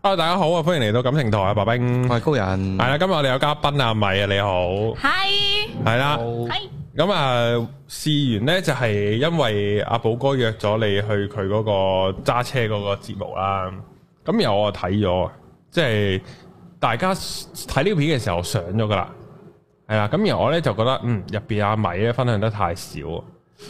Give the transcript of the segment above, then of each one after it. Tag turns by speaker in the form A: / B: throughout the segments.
A: 啊！大家好啊，歡迎嚟到感情台啊，白冰。
B: 我係高人
A: 係，啦，今日我哋有嘉賓啊，米啊，你好。
C: 係
A: 係啦，
B: 好
C: 係
A: 咁啊，試完呢就係因為阿寶哥約咗你去佢嗰個揸車嗰個節目啦。咁然後我睇咗，即係大家睇呢個片嘅時候上咗噶啦。係啦，咁然後我呢就覺得，嗯，入邊阿米呢分享得太少，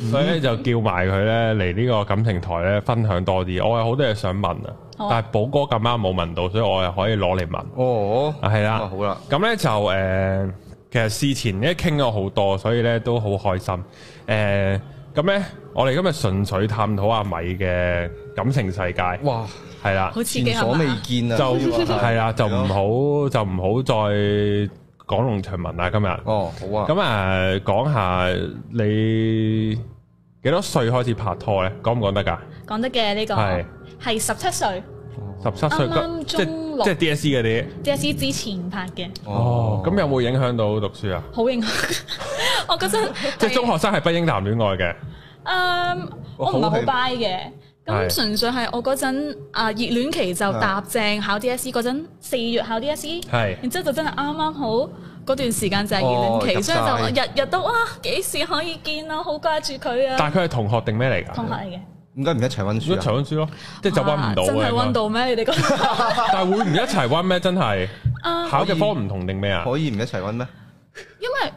C: 嗯
A: 所以呢就叫埋佢呢嚟呢個感情台呢分享多啲。我有好多嘢想問啊，
C: 好
A: 但係
C: 啊
A: 寶哥咁啱冇問到，所以我係可以攞嚟問。
B: 哦，
A: 啊，係啦，
B: 咁啊好啦，
A: 咁咧就誒、呃其實事前咧傾咗好多，所以咧都好開心。誒、咁咧，我哋今日純粹探討阿米嘅感情世界，
B: 哇，
A: 係啦，
C: 好刺激
B: 前
C: 係
B: 所未
C: 嘛？
B: 見啊，
A: 就係
B: 係
A: 啦，就唔好就唔好再講龍長文啦，今日。
B: 哦，好啊，
A: 咁啊，講下你幾多歲開始拍拖咧？講唔講得㗎？
C: 講得嘅呢個
A: 係
C: 係十七歲
A: 十七歲
C: 啱啱
A: 即
C: 中六
A: 即係 DSE 嗰啲。
C: ，DSE 之前拍嘅，
A: 哦，咁有冇影響到讀書啊？
C: 好認。 我嗰陣
A: 即係中學生係不應談戀愛嘅。
C: 誒，我唔係好 buy 嘅。
A: 係
C: 咁純粹係我嗰陣啊熱戀期就搭正考 DSE 嗰陣，四月考 DSE，
A: 係
C: 然之後就真係啱啱好嗰段時間就係熱
B: 哦
C: 戀
B: 入
C: 期，所以
B: 晒
C: 就日日都哇幾時可以見啊，好掛住佢啊，
A: 但係佢係同學定咩嚟㗎？
C: 同學嚟
B: 點
C: 嘅，
B: 解唔一齊温
A: 一
B: 書
A: 齊
B: 啊？
A: 温書咯，即係就温唔到
C: 啊真
A: 嘅。
C: 係溫
A: 應
C: 到咩？你哋講
A: 該但係會唔一齊温咩？真係
C: 啊
A: 考嘅科唔同定咩啊？
B: 可以唔一齊温咩？
C: 因為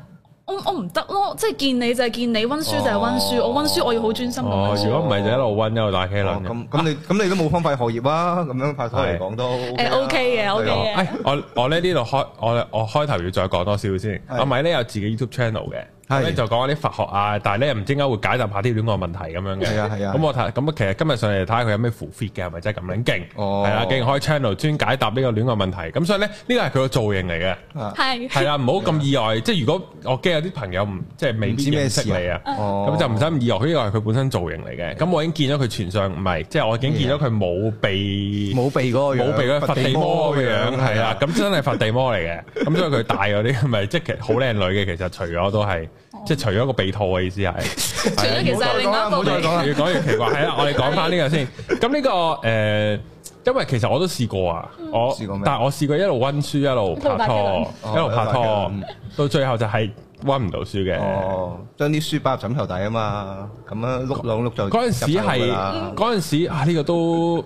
C: 我我唔得咯，即係見你就係見你，温書就係温書，
B: 哦
C: 我温書我要好專心咁
A: 哦
C: 温，書。
A: 如果唔係就一路温一路打機
B: 哦
A: 輪嘅。
B: 咁咁你咁你都冇荒廢學業啊？咁樣拍拖嚟講都
C: 誒 OK
B: 啊
C: 嘅，OK 嘅
A: 哎我我咧呢度開我我開頭要再講多少先。
B: 係
A: 阿米咧有自己 YouTube channel 嘅，咁
B: 係
A: 咧就講啲佛學啊，但係咧唔知點解會解答下啲戀愛問題咁樣嘅。
B: 係啊係啊
A: 咁我睇咁其實今日上嚟睇下佢有咩符 fit 嘅，係咪真係咁撚勁？
B: 哦
A: 係啦，竟然開 channel 專解答呢個戀愛問題。咁所以咧呢個係佢個造型嚟嘅。
B: 啊
C: 係
A: 係啦，唔好咁意外。即係如果我驚有啲朋友唔即係未
B: 唔
A: 必
B: 知咩
A: 認識
B: 事啊
A: 你啊，
B: 哦
A: 咁就唔使咁意外。呢個係佢本身造型嚟嘅。咁我已經見咗佢全相，唔係即係我已經見咗佢冇鼻
B: 冇鼻嗰個樣，
A: 冇鼻嗰個佛地魔嘅樣，係啦。
B: 啊
A: 咁真係佛地魔嚟嘅。咁所以佢戴嗰啲咪即係其實好靚女嘅。其實除咗都係即係除咗個鼻套嘅意思係。啊
C: 除咗其實係另外一
B: 唔好
C: 個
B: 再講
C: 嚟
B: 啦
A: 越講越奇怪，係啦，啊我哋講翻呢個先。咁呢、個誒、因為其實我都試過啊，我
B: 嗯試過咩哦
A: 但係我試過一路温書一路拍拖，一
B: 一
A: 路
B: 路
A: 拍
B: 打機
A: 拖
B: 嗯，
A: 到最後就係温唔到書嘅。
B: 哦，將啲書包入枕頭底啊嘛，咁樣碌兩碌就
A: 嗰陣時
B: 入手㗎
A: 係
B: 啦
A: 嗰陣時啊，呢、個都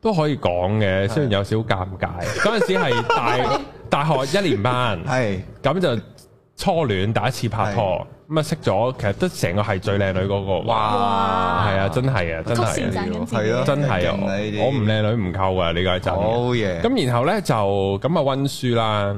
A: 都可以講嘅，雖然有少少尷尬。嗰陣時係 大大學一年班，
B: 係
A: 咁就初戀第一次拍拖，咁啊識咗，其實都成個係最靚女嗰、個。
C: 哇
A: 係啊，真係啊，真係
C: 曲線
A: 啊。
C: 讚緊自己
B: 係啊
A: 真係啊
B: 勁啊呢啲
A: 我唔靚女唔夠啊！呢個係真嘅。
B: 好嘢，
A: 咁然後呢，就咁啊温書啦，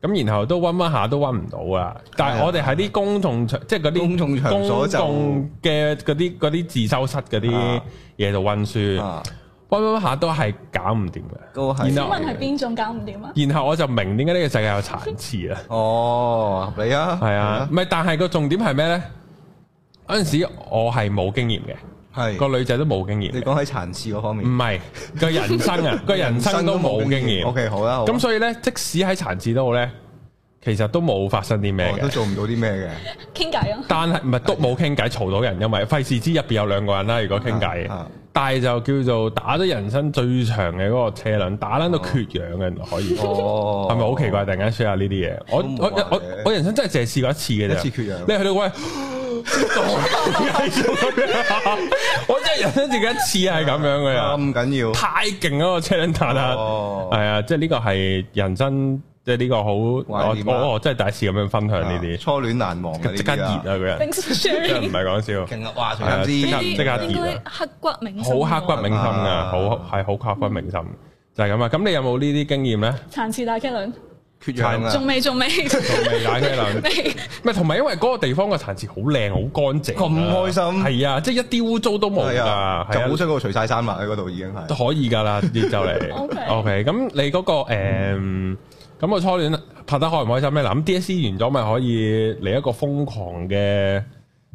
A: 咁然後都温温下都温唔到啊！但
B: 係
A: 係
B: 啊
A: 我哋喺啲公眾場，即係嗰啲
B: 公眾場所就
A: 公眾嘅嗰啲嗰啲自修室嗰啲
B: 啊
A: 嘢度温書，
B: 啊
A: 温温下都係搞唔掂嘅。
B: 都係
A: 然
C: 請
A: 後
C: 問係邊種搞唔掂啊？
A: 然後我就明點解呢個世界有殘次啊！
B: 哦，合理啊，
A: 係啊，唔係，但係個重點係咩呢？嗰陣時我係冇經驗嘅，
B: 係，
A: 個女仔都冇經驗
B: 你
A: 嘅，
B: 講喺殘次嗰方
A: 唔
B: 面，
A: 係個人生啊，個人生都冇經驗。
B: O K，好啦，啊哦
A: 咁所以咧，即使喺殘次都好咧，其實都冇發生啲咩
B: 哦我都
A: 嘅。
B: 做唔到啲咩嘅，
C: 傾偈啊咯，
A: 但係唔係都冇傾偈，嘈到人，因為費事知入邊有兩個人啦。如果傾偈
B: 啊啊，
A: 但係就叫做打咗人生最長嘅嗰個車輪，打撚到缺氧嘅可以，
B: 哦
A: 係咪好奇怪？？突然間 share 下呢啲嘢，我
B: 都冇
A: 我
B: 話
A: 我
B: 嘅
A: 我人生真係淨係試過一次嘅啫，
B: 啊一次缺氧
A: 你去到喂， 我真係人生自己一次係咁樣嘅呀。
B: 咁緊 要，
A: 太勁嗰個車輪彈啦，
B: 哦
A: 係啊，即係呢個係人生，即係呢個好，
B: 懷念啊
A: 我我真係第一次咁樣分享呢
B: 啊
A: 啲，
B: 初戀難忘嘅呢
A: 即刻
B: 啲
A: 熱啊個
B: 啊，
A: 人，
C: 冰雪
A: 真係
C: sharing
A: 唔
C: 呢
A: 係講笑，
B: 勁啊，哇！
A: 係啊
B: 仲
A: 即
B: 有
A: 刻
B: 啲
A: 即刻
C: 啲應該刻骨銘心喎。
A: 好刻骨銘心噶，
B: 啊
A: 好係好刻骨銘心，就係咁啊！咁你有冇呢啲經驗咧？
C: 殘次打 K 輪，
B: 缺氧啊，
C: 仲未仲未
A: 未解嘅 啦，
C: 未
A: 咪同埋因為嗰個地方個殘廁好靚，好乾淨啊，
B: 咁開心
A: 係啊，即係一啲污糟都冇
B: 係
A: 噶
B: 啊，，就好想我除晒衫啦，喺嗰度已經
A: 都
B: 係，
A: 可以噶啦，亦就嚟。
C: OK
A: OK，咁你嗰個誒，咁個初戀拍得開唔開心咧？嗱，咁 DSE 完咗咪可以嚟一個瘋狂嘅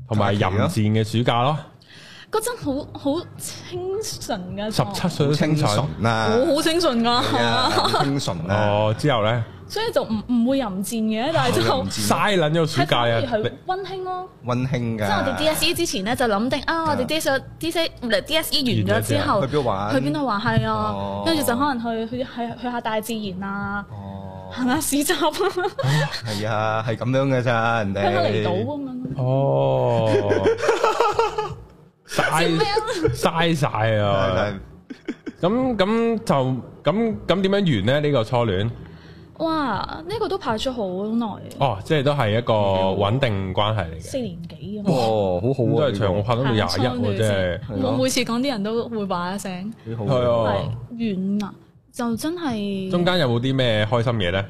A: 同埋淫
B: 假
A: 戰嘅暑假咯，
C: 嗰陣好好清純噶，
A: 十七歲都
B: 清
A: 清
B: 純
A: 純。
B: 啊，
C: 我好清純噶，
B: 係啊好清純啊，
A: 哦，之後咧，
C: 所以就唔唔會淫戰嘅，但係就
B: 淫賤
A: 嘥撚咗暑
C: 係
A: 假
C: 反而
A: 啊！
C: 係
A: 你
C: 温馨咯。
B: 温馨
C: 即
B: 噶。
C: 係我哋 DSE 之前咧就諗定啊啊，我哋 DSE DSE 唔係 DSE 完咗之後
B: 去邊度玩？
C: 去邊度？玩係啊
B: 哦，
C: 跟住就可能去去去去下大自然啊，
B: 哦，
C: 行下市集 啊，
B: 係啊，係咁樣嘅咋人哋。
C: 去下離島咁樣。
A: 哦， 嘥
C: 啊
A: 嘥晒
B: 係
A: 啊！
B: 係
A: 咁咁就咁咁點樣完咧？呢個初戀
C: 哇！呢個都排咗好耐，
A: 哦，即係都係一個
B: 嗯
A: 穩定關係嚟嘅，
C: 四年幾咁。
B: 哇，好好
A: 咁都
B: 啊！
A: 係長我拍到到廿一喎，真係。
B: 係
C: 我
B: 咯
C: 每次講啲人都會話一聲，
B: 幾好
A: 係啊
B: 啊！
A: 哦
C: 係遠啊，就真
A: 中
C: 係
A: 間有冇啲咩開心嘢咧？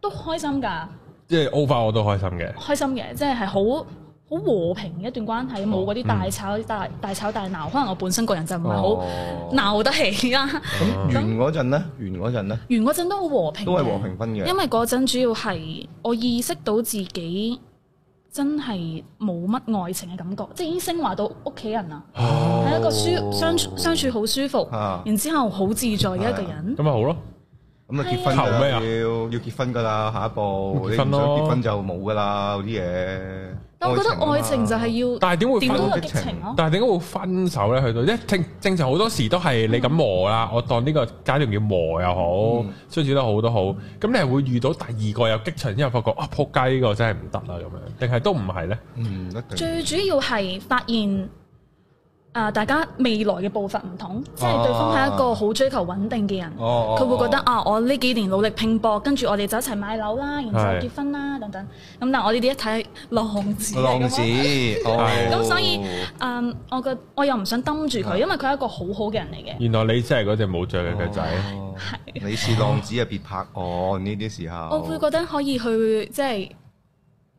C: 都開心㗎，
A: 即係 over 我都開心嘅。
C: 開心嘅，即係係好好和平嘅一段關係，冇嗰啲大吵大大吵大鬧。可能我本身個人就唔係好
B: 哦
C: 鬧得起啦，
B: 咁完嗰陣咧，完嗰陣咧
C: 完嗰陣都好和平嘅，
B: 都係和平分
C: 因
B: 嘅。
C: 為嗰陣主要係我意識到自己真係冇乜愛情嘅感覺，即係已經升華到屋企人啦，
B: 哦
C: 係一個舒相處相處好舒服
B: 啊，
C: 然之後好自在嘅一個人
A: 咁。咪好咯，
B: 咁啊結婚
A: 求咩
B: 㗎
A: 啊
B: 啦，要要結婚㗎啦，下一
A: 結
B: 步你唔
A: 婚
B: 想
A: 咯
B: 結婚就冇㗎啦嗰啲嘢。
C: 但我覺得愛情就
B: 啊嘛
C: 係要
A: 但係點會
C: 點都
A: 分？
C: 有激情咯，
A: 但係點解會分手咧？去到即係正正常好多時都係你咁磨啦，我當呢個階段叫磨又
B: 嗯
A: 好，相處得好都好。咁你係會遇到第二個有激情之後，發覺啊撲街呢個真係唔得啦咁樣，定係都唔係咧？
B: 嗯，一定
C: 最主要係發現。啊！大家未來嘅步伐唔同，即係對方係一個好追求穩定嘅人，
B: 哦哦哦
C: 佢會覺得啊，我呢幾年努力拼搏，跟住我哋就一齊買樓啦，然之後
A: 係
C: 結婚啦等等。咁但係我呢啲一睇浪子嚟㗎嘛
B: 浪子，哦
A: 係
C: 咁所以嗯，我覺我又唔想抌住佢，因為佢係一個好好嘅人嚟嘅。
A: 原來你真係嗰隻冇罪嘅腳仔。
B: 哦你是浪子啊，別拍我呢啲時候。
C: 我會覺得可以去即係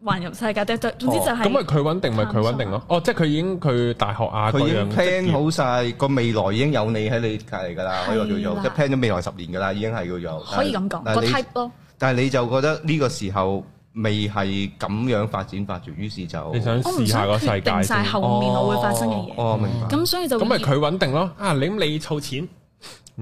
C: 環遊世界，但
B: 哦
C: 但總之就
A: 咁咪
B: 啊
C: 係
A: 佢穩定咪佢穩定咯。哦，即係佢已經佢大學啊，
B: 佢已
A: 各樣
B: 經
A: 職業
B: plan 好晒個未來已經有你喺你隔離㗎啦，
C: 係
B: 呢個叫做
C: 啦
B: 即係 plan 咗未來十年㗎啦，已經係叫做
C: 可以咁講
B: 但
C: 個
B: 係你
C: type 咯。
B: 但係你就覺得呢個時候未係咁樣發展發展，於是就
A: 你想
C: 我唔
A: 試下
C: 想
A: 個世
C: 決
A: 界
C: 定晒
A: 先
C: 後面我會發生嘅嘢，
B: 哦，哦明白。
C: 咁所以就
A: 咁咪
C: 會
A: 佢穩定咯。啊，你咁你儲錢，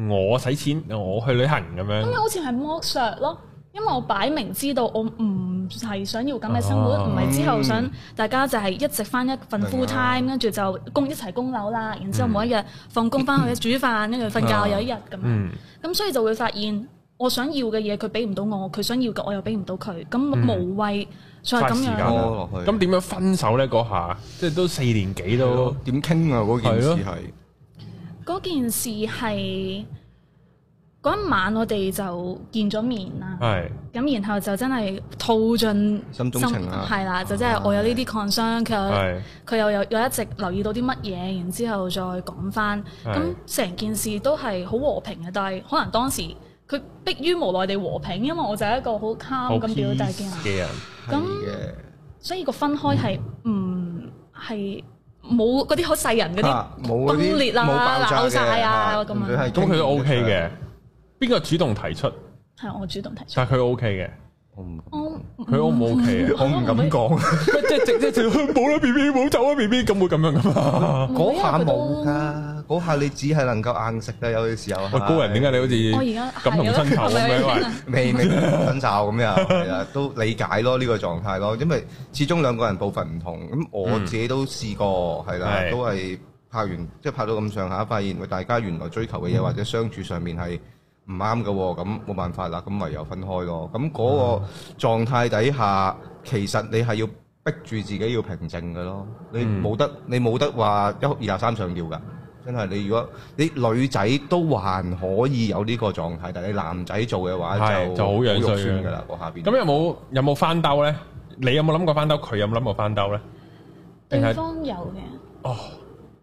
A: 我使錢，我去旅行咁
C: 咁樣
A: 樣。
C: 好似係剝削咯。因為我擺明知道我唔係想要咁嘅生活，
A: 哦
C: 唔係之後想大家就係一直翻一份
B: 明啊
C: full time，跟住就供一齊供樓啦，然之後每一日放工翻去煮飯，跟住瞓
B: 啊
C: 覺有一日咁樣。
A: 嗯，
C: 咁所以就會發現，我想要嘅嘢佢俾唔到我，佢想要嘅我又俾唔到佢，咁無謂再咁
A: 嗯嘥時間
C: 樣。
A: 啦
B: 拖落去
A: 咁點樣分手咧？嗰下即係都四年幾都。
B: 點傾啊？嗰件事係
C: 嗰件事係嗰一晚我哋就見咗面啦，
A: 係
C: 咁然後就真係吐盡
B: 心中情啊
C: 係啦，就真係我有呢啲 concern，佢有
A: 哦係
C: 佢又有有一直留意到啲乜嘢，然之後再講翻，
A: 係
C: 咁成件事都係好和平嘅，但係可能當時佢迫於無奈地和平，因為我就係一個好
A: 好
C: calm 咁表達嘅
A: peace
C: 人。
A: 嘅人。
B: 係嘅。
C: 所以個分開係
A: 嗯
C: 唔係冇嗰啲好細人嗰啲，
B: 啊冇嗰啲
C: 崩裂啊
B: 冇爆炸
C: 鬧
B: 嘅
C: 晒啊
B: 啊
C: 咁樣
B: 佢係
A: 咁佢都 OK 嘅。邊個主動提出？
C: 係我主動提出。
A: 但係佢 OK 嘅，
B: 我唔
C: 我
A: 佢 O 唔 OK
C: 嗯
A: 啊？
B: 我唔敢講，
A: 喂 即係即係即係冇啦，B B 冇走啊，B B 咁會咁樣噶嘛？
C: 啊
B: 嗰下冇㗎，嗰下你只係能夠硬食㗎，有嘅時候
A: 喂，
B: 係。
A: 高人點解你
C: 我
A: 好
C: 而家
A: 似感同身受咁樣？喂
B: 未未分手咁又係啦，都理解咯呢個狀態咯，因為始終兩個人步伐唔同。咁我自己都試過係啦
A: 嗯係，
B: 都係拍完即係拍到咁上下，發現喂大家原來追求嘅
A: 嗯
B: 嘢或者相處上面係唔啱嘅喎，咁冇辦法啦，咁唯有分開咯。
A: 嗯
B: 咁嗰個狀態底下，其實你係要逼住自己要平靜嘅咯，你
A: 嗯
B: 冇得你冇得話一哭二鬧三上吊㗎。真係你如果你女仔都還可以有呢個狀態，但係你男仔做嘅話
A: 係
B: 啊就
A: 就好樣衰
B: 肉
A: 嘅
B: 酸㗎啦，個下邊。
A: 咁有冇有冇翻兜咧？你有冇諗過翻兜？佢有冇諗過翻兜咧？定
C: 對
A: 係
C: 方有嘅，
A: 哦？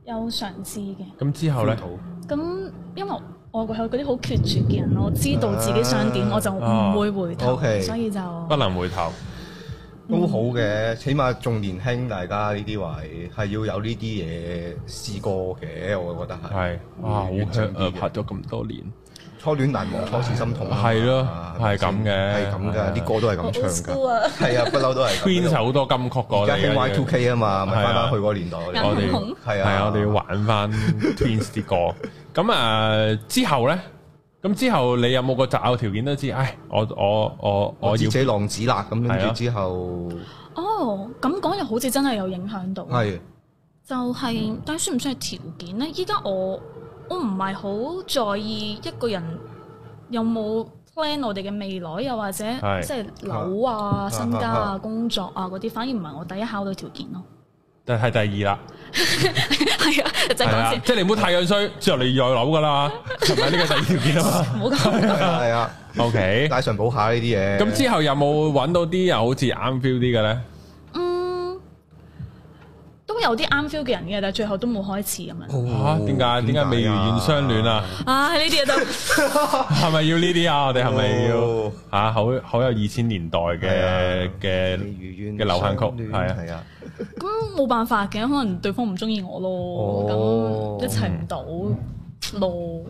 C: 有嘗試嘅。
A: 咁之後咧，
C: 咁因為我係嗰啲好決絕嘅人，我知道自己想點，
B: 啊
C: 我就唔會回
B: 哦
C: 頭，
B: ，OK
C: 所以就
A: 不能回頭。
B: 都好嘅，起碼仲年輕，大家呢啲位係要有呢啲嘢試過嘅，我覺得係。
A: 係哇，好
B: 完整
A: 香啊！
B: 啲嘅
A: 拍咗咁多年，
B: 初戀難忘，初次心痛啊。
A: 係咯
B: 啊咪先
A: 係咁嘅
B: 係咁
A: 係啊
B: 㗎，啲歌都係
C: 我
B: 咁
C: old
B: 唱
C: school
B: 㗎。
C: 啊，
B: 係啊，不嬲都係咁。
A: Queen 就好多金曲過
B: 而家
A: 嚟
B: 興 Y Two K 啊嘛，咪翻
A: 係啊
B: 返去嗰個年代我哋。
A: 我
C: 眼
A: 哋
C: 紅
B: 係啊
A: 係啊，我哋要玩翻 Twins 呃啲歌。咁啊，之後咧，咁之後你有冇個擇偶條件都知？唉，我我我
B: 我
A: 我
B: 知
A: 要
B: 自己浪子啦，咁跟
A: 係
B: 住
A: 啊
B: 之後
C: 哦，咁講又好似真係有影響到。
B: 係
C: 就係、但係算唔算係條件呢？依家我我唔係好在意一個人有冇 plan 我哋嘅未來，又或者
A: 係
C: 即係樓啊、
B: 啊
C: 身家
B: 啊啊
C: 啊、工作啊嗰啲，反而唔係我第一考慮條件咯。
A: 但係第二啦，
C: 係啊，就係
A: 係
C: 講
A: 啊
C: 先，，
A: 即係你唔好太樣衰，之後你要有樓噶 啦，係咪呢個第二條件啊嘛
C: 唔 好咁。
B: 係啊，
A: ？OK，
B: 拉上補下呢啲嘢。
A: 咁之後有冇揾到啲又好似啱 feel 啲嘅咧？
C: 嗯，都有啲啱 feel 嘅人嘅，但係最後都冇開始咁樣。
A: 嚇點解哦點解未如願相戀啊？
C: 唉，呢啲嘢就
A: 係咪要呢啲啊？我哋係咪要
B: 哦
A: 嚇好好有二千年代
B: 係
A: 嘅
B: 啊
A: 嘅
B: 未如願
A: 嘅流行曲
B: 相戀
A: 係啊
B: 係啊，
C: 咁冇辦法嘅，可能對方唔中意我
B: 哦
C: 咯，咁一齊唔到咯。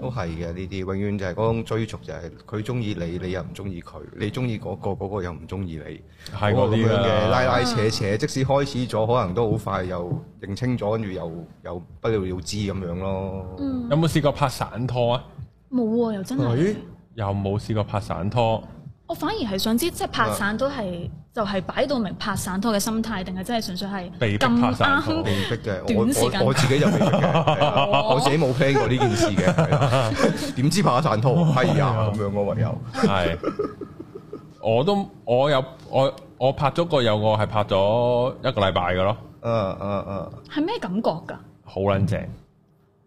B: 都係嘅呢啲，永遠就係嗰種追逐，就係佢中意你，你又唔中意佢，你中意嗰個，嗰個又唔中意你，
A: 係嗰
B: 嗰個
A: 啲
B: 咁樣嘅
A: 啦
B: 拉。拉扯扯，即使開始咗，可能都好快又認清咗，跟住又又不了了之咁樣咯。
C: 嗯，
A: 有冇試過拍散拖啊？
C: 冇喎，又真係
B: 咦。
A: 又冇試過拍散 拖，
C: 我反而係想知，即係拍散都係
A: 啊
C: 就係擺到明拍散拖嘅心態，定係真係純粹
A: 被
C: 係
A: 迫拍
C: 咁
A: 散拖
C: 啱？
B: 被逼嘅，我
C: 短時間
B: 我我自己就被逼嘅，係啊
C: 哦
B: 我自己冇 plan 過呢件事嘅係啊，點知拍散拖，係啊咁樣我唯有，
A: 係我都我有我我拍咗個有個係拍咗一個禮拜嘅咯，
B: 啊啊啊，
C: 係咩感覺㗎？
A: 好撚正，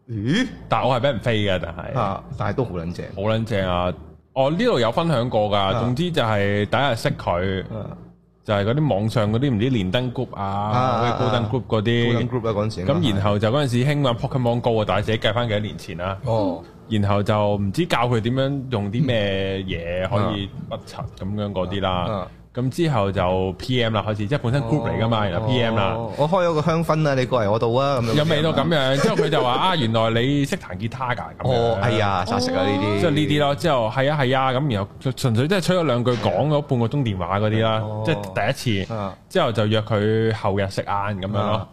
B: 咦
A: 但我係俾人飛嘅，但係
B: 啊，但係都好撚正，
A: 好撚正啊！我呢度有分享過㗎，總之就係第一日識佢，
B: 啊
A: 就係嗰啲網上嗰啲唔知連登 group 啊，
B: 啊
A: 嗰啲高登 group 嗰
B: 高登
A: 啲，
B: group 啊嗰陣時，
A: 咁然後就嗰陣時興玩 Pokemon Go 啊，但係自己計翻幾多年前啦。
B: 哦
A: 然後就唔知教佢點樣用啲咩 嘢可以不塵咁樣嗰啲啦
B: 啊。哦
A: 咁之後就 P.M. 啦，開始即係本身 group 嚟噶嘛，然後 P.M. 啦，
B: 哦我開咗個香薰啊，你過嚟我度啊，咁樣
A: 有味到咁樣。之後佢就話啊，原來你識彈吉他㗎咁
B: 哦
A: 樣，。
B: 哎，呀，殺食啊呢啲，
A: 即係呢啲，咯。之後係啊係啊咁，然後就純粹即係吹咗兩句，講咗半個鐘電話嗰啲啦
B: 哦，
A: 即係第一次。
B: 啊
A: 之後就約佢後日食晏咁樣咯
B: 啊。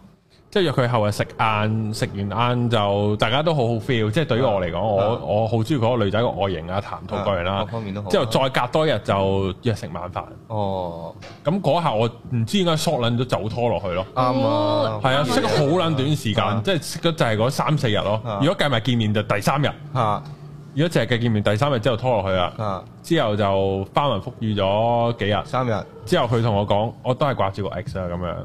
A: 即係約佢後日食晏，食完晏就大家都好好 feel。即係對於我嚟講，我
B: 啊
A: 我好中意嗰個女仔個外形啊、談吐各樣啦
B: 各。方面都好，啊
A: 之後再隔多日就約食晚飯，
B: 哦
A: 咁嗰下我唔知點解索撚咗走拖落去咯。
B: 啱啊
C: 哦，
A: 係啊，識咗好撚短時間，
B: 啊
A: 即係識咗就係嗰三四日咯
B: 啊。
A: 如果計埋見面就第三日，
B: 啊
A: 如果淨係計見面第三日之後拖落去啦，
B: 啊
A: 之後就翻雲覆雨咗幾日，
B: 三日，
A: 之後佢同我講，我都係掛住個 X 啊咁樣。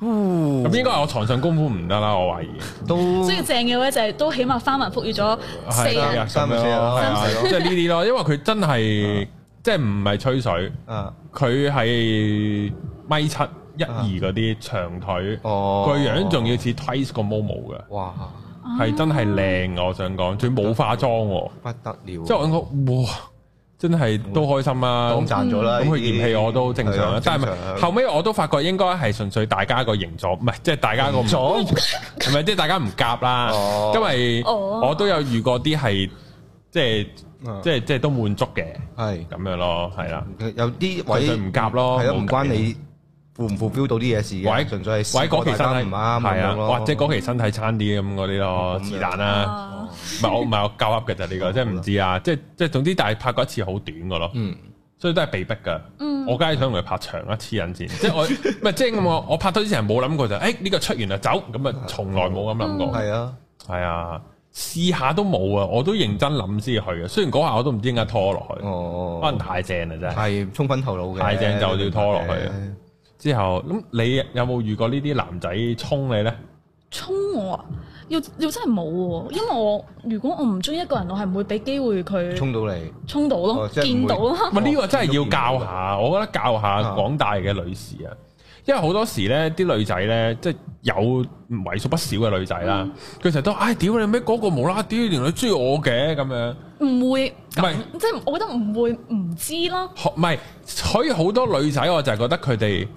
A: 咁應該係我床上功夫唔得啦，我懷疑。
B: 都
C: 所以正嘅話就係都起碼翻雲覆雨咗四
A: 係
C: 日
A: 啊，
B: 三日四日咯
A: 係啊
B: 三日
A: 即係呢啲咯，因為佢真係即係唔係吹水。
B: 啊
A: 佢係米七一二嗰啲長腿，
B: 哦，
A: 個樣仲要似 Twice 個 Momo 嘅，
B: 哇
A: 係真係靚嘅我想講，仲要冇化妝喎，
B: 不得了，即
A: 即係我講哇，真係都開心啊！咁
B: 講賺咗啦，
A: 咁佢
B: 呢啲
A: 嫌棄我都正常
B: 係
A: 啦
B: 啊，
A: 但
B: 正常
A: 係後尾我都發覺應該係純粹大家個形狀，唔係即係大家個 唔
B: 咗
A: 係咪即係大家唔夾啦
B: 哦？
A: 因為
C: 哦
A: 我都有遇過啲係即係
B: 啊
A: 即係即係都滿足嘅
B: 係
A: 咁樣咯，係啦，
B: 有啲
A: 純粹
B: 位
A: 唔夾咯，
B: 係咯，啊
A: 冇
B: 唔
A: 計
B: 關你符唔符標到啲嘢事
A: 或者
B: 嘅，純粹係試
A: 或者嗰
B: 過
A: 期
B: 大
A: 身
B: 家
A: 體
B: 唔啱
A: 係
B: 咁
A: 啊
B: 樣，咯，
A: 或者嗰期身體差啲咁嗰啲咯，
B: 咁樣
A: 是但啦。
C: 啊
A: 唔係我唔係我夠噏嘅就呢
B: 哦
A: 個，即係唔知啊，即係即係總之，但係拍過一次好短嘅咯，
B: 嗯
A: 所以都係被逼㗎。
C: 嗯
A: 我梗係想同佢拍長一黐 人先，即係我唔係即係咁我我拍拖之前冇諗過就，誒呢個出完就走，咁啊從來冇咁諗過，
B: 係啊，
A: 係啊，試下都冇啊，我都認真諗先去嘅。雖然嗰下我都唔知點解拖落去，
B: 哦，
A: 可能太正啦真係。
B: 係充分頭腦嘅，
A: 太正就要拖落去之後咁你有冇遇過呢啲男仔衝你呢？
C: 衝我啊！要要真係冇喎，因為我如果我唔中意一個人，我係唔會俾機會佢
B: 衝到嚟，
C: 衝到咯，
B: 哦即係唔會
C: 見到咯。
A: 唔係呢個真係要教下，我覺得教下廣大嘅女士啊，因為好多時呢啲女仔呢，即係有為數不少嘅女仔啦，佢成日都唉屌你咩嗰個無啦啦屌原來中意我嘅咁樣，
C: 唔會
A: 唔係
C: 咁，即係我覺得唔會唔知咯。
A: 學唔係，所以好多女仔我就係覺得佢哋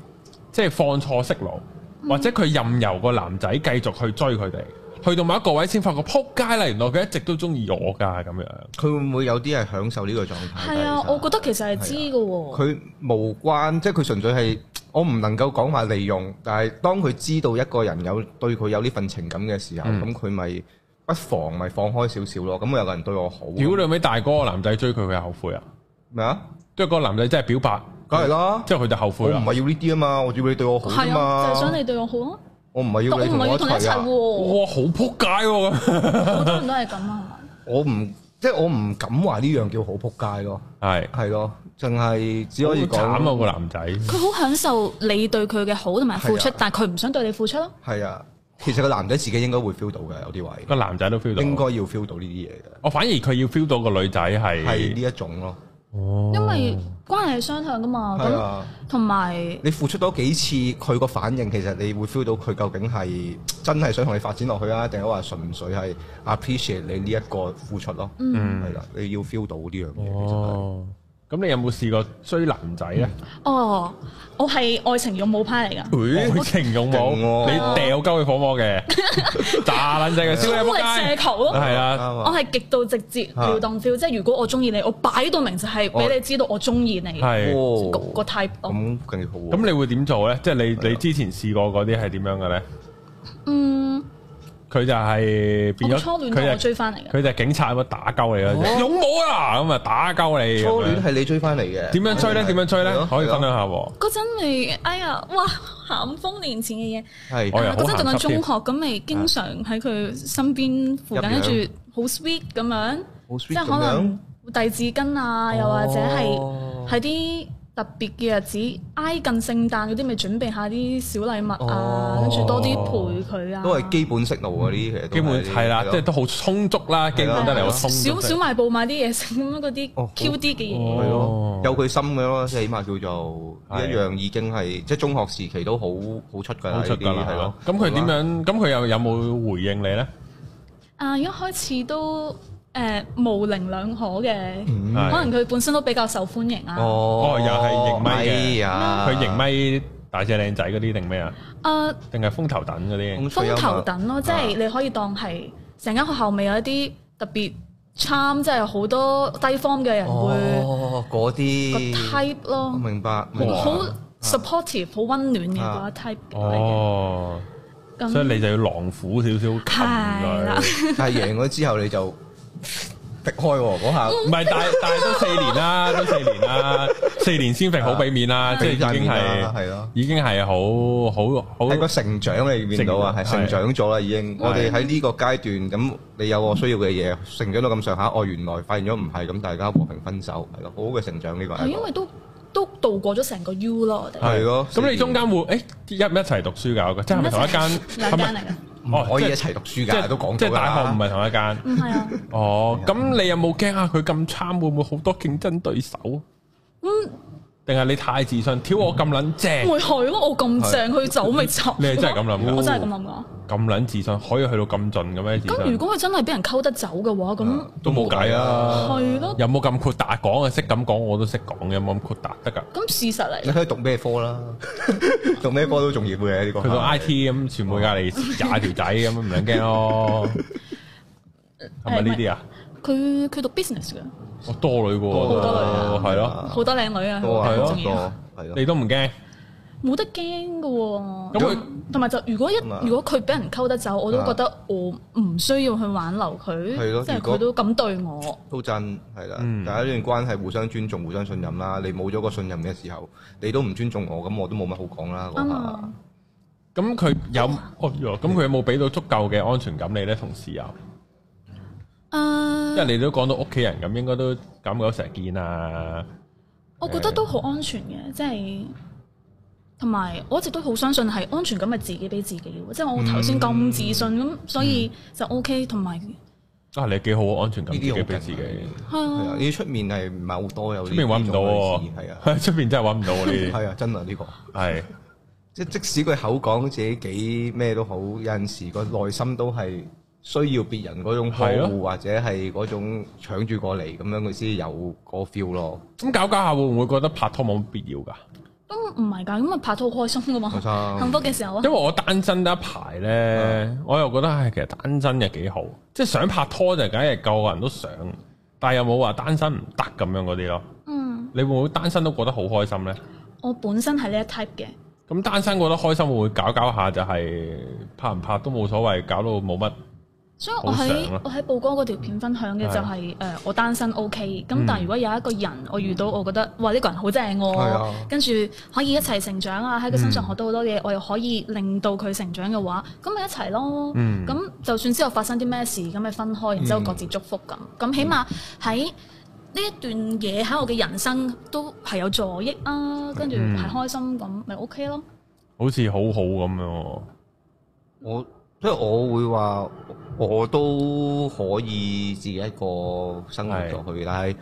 A: 即係放錯色路，或者佢任由個男仔繼續去追佢哋，去到某一個位先發覺撲街啦，原來佢一直都中意我㗎咁樣，
B: 佢會唔會有啲係享受呢個狀態？
C: 係啊，
B: 其實
C: 我覺得其實係知嘅
B: 啊
C: 喎。
B: 佢無關，即係佢純粹係我唔能夠講話利用，但係當佢知道一個人有對佢有呢份情感嘅時候，
A: 嗯
B: 咁佢咪不妨咪放開少少咯。咁有個人對我好，
A: 屌你尾大哥，個男仔追佢，佢又後悔啊！
B: 咩啊？
A: 即係個男仔真係表白，
B: 梗係啦，
A: 之後佢就後
B: 我
A: 悔
B: 唔係
A: 啦
B: 要。呢啲啊嘛，我要你對我好啫
C: 係啊，
B: 嘛
C: 就係。想你對我好啊，
B: 我唔係要
C: 但我
B: 你
C: 唔
B: 同
C: 係
B: 我
C: 要
B: 一
C: 同你一齊
B: 齊 啊！
C: 喎，
A: 哇，好撲街喎咁。
C: 好多人都係咁啊，
B: 我唔即係我唔敢話呢樣叫好撲街咯，
A: 係，
B: 係咯，淨係只
A: 好
B: 可以
A: 慘啊
B: 講
A: 個男仔。
C: 係咪佢好享受你對佢嘅好同埋付出
B: 係啊，
C: 但係佢唔想對你付出咯。
B: 係啊。其實個男仔自己應該會 feel 到嘅，有啲位
A: 個男仔都 feel
B: 應該
A: 到，哦
B: 要 feel 到呢啲嘢嘅，
A: 我反而佢要 feel 到個女仔
B: 係呢
A: 係，
B: 一種咯。
A: 哦
C: 因為關係係雙向噶嘛，
B: 係
C: 咁
B: 啊，
C: 同埋
B: 你付出多幾次，佢個反應其實你會 feel 到佢究竟係真係想同你發展落去啊，定係話純粹係 appreciate 你呢一個付出咯？
C: 嗯，
B: 係啦，你要 feel 到呢樣嘢，其實係
A: 哦，咁你有冇試過追男仔啊咧？
C: 哦，我係愛情勇武派嚟噶，
A: 愛情勇武，
B: 勁喎
A: 你掉鳩佢火魔嘅， 炸撚正佢，燒你
C: 因
A: 仆
C: 為
A: 街
C: 射。球咯。
A: 係
B: 啱
A: 啊，
C: 我
B: 啊，
C: 係極度直接了當 feel，即係如果我中意你，我擺到明就係俾你知道我中意你
A: 係。
C: 個個
B: 哦，
C: type 咯。
B: 咁勁好喎。
A: 咁你會點做咧？即係啊你你之前試過嗰啲係點樣嘅咧？
C: 嗯，
A: 佢就係
C: 我
A: 變
C: 個
A: 咗，
C: 初戀都係我
A: 佢就
C: 追翻嚟嘅，
A: 佢就係警察咁樣打鳩你嗰
B: 哦
A: 只，勇武啊咁啊打鳩你咁樣。
B: 初戀係你追翻嚟嘅，
A: 點樣追咧？
B: 係啊
A: 點樣追咧
B: 係咯？
A: 可以分享下喎。
C: 嗰陣咪哎呀，哇咸豐年前嘅嘢，
B: 係
A: 我又
C: 啊
A: 好
C: 嗰陣
A: 鹹
C: 仲
A: 濕
C: 緊中
A: 添
C: 學，咁咪經常喺佢身邊附近，
B: 入
C: 跟住
B: 樣
C: 好 sweet 咁樣，
B: 好 sweet
C: 即
B: 咁
C: 係可
B: 樣哦
C: 能遞紙巾啊，又或者係喺啲特別嘅日子，挨近聖誕嗰啲，咪準備下啲小禮物啊
B: 哦，
C: 跟住多啲陪佢啊，
B: 都係基本息路嗰啲，其實都
A: 基本
B: 係
A: 係啦，
B: 咯
A: 即係都好充足啦，基本得嚟好充足。
C: 少少賣部買啲嘢食咁樣嗰啲
B: 哦好
C: Q 啲嘅嘢，
B: 係
A: 哦
B: 咯，有佢心嘅咯，即係起碼叫做
A: 係
B: 呢一樣已經係即係中學時期都好好出㗎啦，
A: 好出㗎
B: 呢啲
A: 啦
B: 係咯。。
A: 咁佢點樣？咁佢又有冇回應你咧？
C: 啊一開始都誒模棱兩可嘅，
A: 係
C: 可能佢本身都比較受歡迎啊。
B: 嗯哦
A: 哦又係型咪嘅
B: 呀
A: 佢型咪大隻靚仔嗰啲定咩啊？
C: 誒
A: 定係風頭等嗰啲？
C: 風頭等咯，即
B: 啊
C: 係你可以當係成間學校咪有一啲特別 charm，即係好多低 form 嘅人會
B: 哦，嗰
C: 個
B: 啲
C: type 咯
B: 我，明白，明白
C: 好 supportive、好温暖嘅嗰
B: 啊
C: 一 type 嘅嚟嘅。
A: 啊哦，
C: 咁
A: 所以你就要狼虎少少撳
C: 係啦
A: 佢。
B: 但係贏咗之後你就滴開喎嗰下，
A: 唔係，但係但係都四 年啦，都四年啦，四年先揈好俾面啦，即係已經
B: 係
A: 係
B: 係咯。
A: 已經係好好好
B: 喺個成長你見到啊，係
A: 成
B: 成長咗啦已經。
A: 係
B: 我哋喺呢個階段，咁你有我需要嘅嘢，成長到咁上下，我原來發現咗唔係咁，大家和平分手，係咯，好好嘅成長呢個
C: 係
A: 啊
B: 係一
C: 因
B: 個。
C: 為都都度過咗成個 U 咯，我哋
B: 係咯
A: 咁你中間會誒一唔一齊讀書㗎？啊我覺得即係咪同一間？
C: 兩
A: 係咪
C: 間嚟嘅，
B: 唔可以
A: 哦即係
B: 一齊讀書
A: 即
B: 㗎，
A: 係
B: 都講咗
A: 即係
B: 㗎
A: 大學唔
B: 啦。
A: 係同一間。
C: 嗯係 啊，
A: 哦，咁你有冇驚啊？佢咁慘會唔會好多競爭對手？嗯，定係你太自信，挑我咁撚正？
C: 會係咯，我咁正，佢走咪走。
A: 你係真係咁諗㗎
C: 我真係咁諗㗎。
A: 咁撚自信，可以去到咁盡嘅咩？自
C: 咁如
A: 信
C: 果佢真係俾人溝得走嘅話，咁
A: 都冇計啊！
C: 係咯，
A: 有冇咁豁達講啊？識咁講我都識講嘅，有冇咁豁達得㗎？
C: 咁事實嚟
B: 你。睇佢讀咩科啦， 讀咩科都重要嘅呢個。
A: 去到 I T 咁，全部隔離廿條仔咁，唔撚驚咯。係咪呢啲啊？
C: 佢佢讀 business 嘅，
A: 我多女喎，
B: 多
C: 女
B: 啊
A: 係咯，
B: 啊
C: 好多靚女啊，
B: 多啊
A: 係咯
C: 好中意啊，
B: 多係咯。
A: 你都唔驚。
C: 冇得驚㗎喎。
A: 咁佢
C: 同埋就如果一
B: 咁啊啊
C: 如果佢俾人溝得走，我都覺得我唔需要去挽留
B: 係
C: 佢，
B: 咯
C: 即係
B: 如果
C: 佢都咁對我。
B: 都真係啦
A: 嗯，
B: 大家呢段關係互相尊重、互相信任啦。你冇咗個信任嘅時候，你都唔尊重我，咁我都冇乜好講啦。嗰
C: 啱
B: 下
C: 啊，
A: 咁佢有哦，咁佢有冇俾到足夠嘅安全感你咧？同事友，因為
C: 誒，
A: 你都講到屋企人咁，應該都感覺成見啊。
C: 我覺得都好安全嘅，即係。同埋我一直都好相信係安全感係自己俾自己嘅喎，即係我頭
B: 嗯
C: 先咁自信咁，所以就 O K。同埋
A: 啊，你幾好啊安全感，
B: 呢
A: 自
B: 啲好
A: 己
B: 緊
A: 俾自己。
C: 係
B: 係啊，
C: 啊，
B: 呢啲出面係唔係好多有呢
A: 出面揾唔到
B: 呢種類似係啊，
A: 喎， 出面真係揾唔到喎呢
B: 係啊，真啊呢個。
A: 啲。係
B: 即即使佢口講自己幾咩都好，有陣時個內心都係需要別人嗰種呵
A: 係咯
B: 護，或者係嗰種搶住過嚟咁樣，佢先有個 feel 咯。
A: 咁搞搞下，會唔會覺得拍拖冇乜必要㗎？
B: 啊
C: 都唔係㗎，咁啊拍拖好開心㗎嘛，
A: 嗯
B: 開心
C: 幸福嘅時候啊
A: 因為，我單身得一排
B: 啊
A: 咧，我又覺得係其實單身嘅幾好，即係想拍拖就梗係個個人都想，但係又冇話單身唔得咁樣嗰啲咯。
C: 嗯，
A: 你會唔會單身都覺得好開心咧？
C: 我本身係呢一 type 嘅，
A: 咁單身覺得開心會唔會搞搞下就係拍唔拍都冇所謂，搞到冇乜
C: 所以我
A: 好
C: 喺
A: 常啊
C: 我喺曝光嗰條片分享嘅就係誒我單身 OK，咁
A: 嗯
C: 但係如果有一個人我遇到，我覺得哇呢個人好正
B: 係啊
C: 喎，跟住可以一齊成長啊，
A: 嗯
C: 喺佢身上學到好多嘢，我又可以令到佢成長嘅話，咁咪一齊咯。
A: 嗯
C: 咁就算之後發生啲咩事，咁咪分開，然之後各自祝福咁。
A: 嗯
C: 咁起碼喺呢一段嘢喺我嘅人生都係有助益啊，跟住
A: 嗯
C: 係開心咁，咪 OK 咯。
A: 好似好好咁樣喎。
B: 我即係我會話，我都可以自己一個生活落去，但係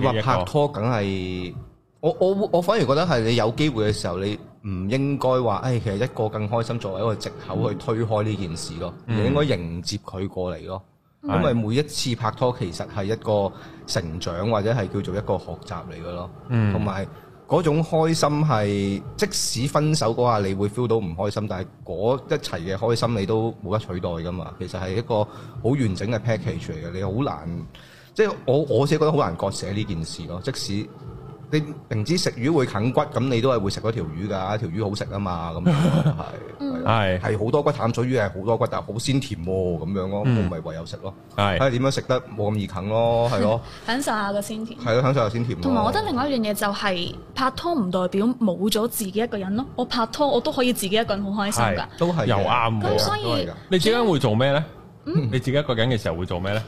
A: 自己一
B: 話
A: 個
B: 拍拖，梗係我我我反而覺得係你有機會嘅時候，你唔應該話，誒、其實一個更開心作為一個藉口去推開呢件事咯，
A: 嗯
B: 你應該迎接佢過嚟咯。
A: 嗯
B: 因為每一次拍拖其實係一個成長或者係叫做一個學習嚟嘅咯，
A: 嗯
B: 同埋嗰種開心係即使分手嗰下你會 feel 到唔開心，但係嗰一齊嘅開心你都冇得取代噶嘛。其實係一個好完整嘅 package 嚟嘅，你好難即係我我自己覺得好難割捨呢件事咯。即使你明知食魚會啃骨，咁你都係會食嗰條魚㗎，條魚好食啊嘛，咁 係係啊
A: 係
B: 係好多骨淡水魚係好多骨，但係好鮮甜喎咁樣咯，
A: 嗯
B: 咁咪唯有食咯。睇
A: 係
B: 下點樣食得冇咁易啃 咯，係咯，
C: 享受下個鮮甜。
B: 係咯，享受下先甜咯。
C: 同埋我覺得另外一樣嘢就係拍拖唔代表冇咗自己一個人咯，我拍拖我都可以自己一個人好開心
A: 係
C: 㗎。
B: 都係嘅
A: 又啱喎
C: 咁所以
B: 都係㗎
A: 你自己一個人會做咩咧？
C: 嗯
A: 你自己一個人嘅時候會做咩咧？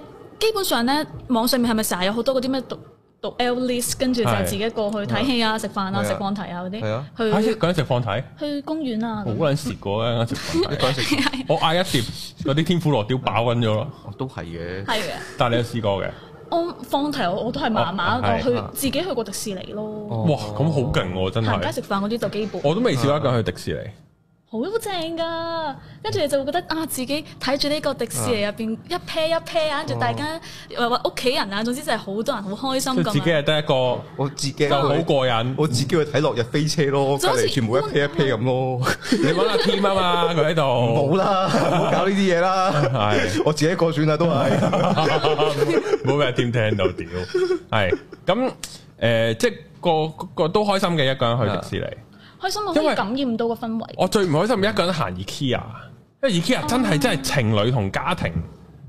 C: 誒、基本上咧，網上面係咪成日有好多嗰啲咩讀讀 L list，跟住就
A: 係
C: 自己過去睇戲啊、食飯
B: 係啊
C: 啊、食放題啊嗰
B: 係啊
A: 啊一
C: 啲，去
A: 個人食放題，好
C: 去公園啊。咁
A: 撚蝕過啊！一個人食放題，
B: 一個人 食
A: 我嗌一碟嗰啲天婦羅雕飽緊咗咯。
B: 哦都係嘅，
C: 係嘅，
A: 但係你有試過嘅？
C: 我放題我我都係麻麻
A: 哦
C: 個，
A: 係
C: 去
B: 啊
C: 自己去過迪士尼咯，
B: 哦
A: 哇！咁好勁喎，真
C: 行街
A: 係。
C: 食啊飯嗰啲就基本，
A: 我都未試過一個人去迪士尼。
C: 好正㗎。跟住你就會覺得啊，自己睇住呢個迪士尼入邊一 pair 一 pair 啊，跟住大家或或屋企人啊，總之就係好多人好開心
A: 哦即
C: 咁
A: 係自己
C: 樣。
A: 係得一個，
B: 我自己
A: 就好
B: 去
A: 過癮。
B: 我自己去睇落日飛車咯，隔
C: 就好似
B: 離全部一 pair 一 pair 咁咯，
A: 你揾阿 Tim 啊嘛，佢喺度。
B: 冇啦，唔好搞呢啲嘢啦，
A: 係
B: 我自己一個算啦，都係。
A: 冇俾阿 Tim 聽到，屌。係咁誒，即係個個都開心嘅一個人去迪士尼。
C: 開心
A: 因
C: 到可
A: 為
C: 以感染到個氛圍。
A: 我最唔開心一個人行 IKEA，因為 IKEA 真
B: 哦
A: 係真係情侶同家庭，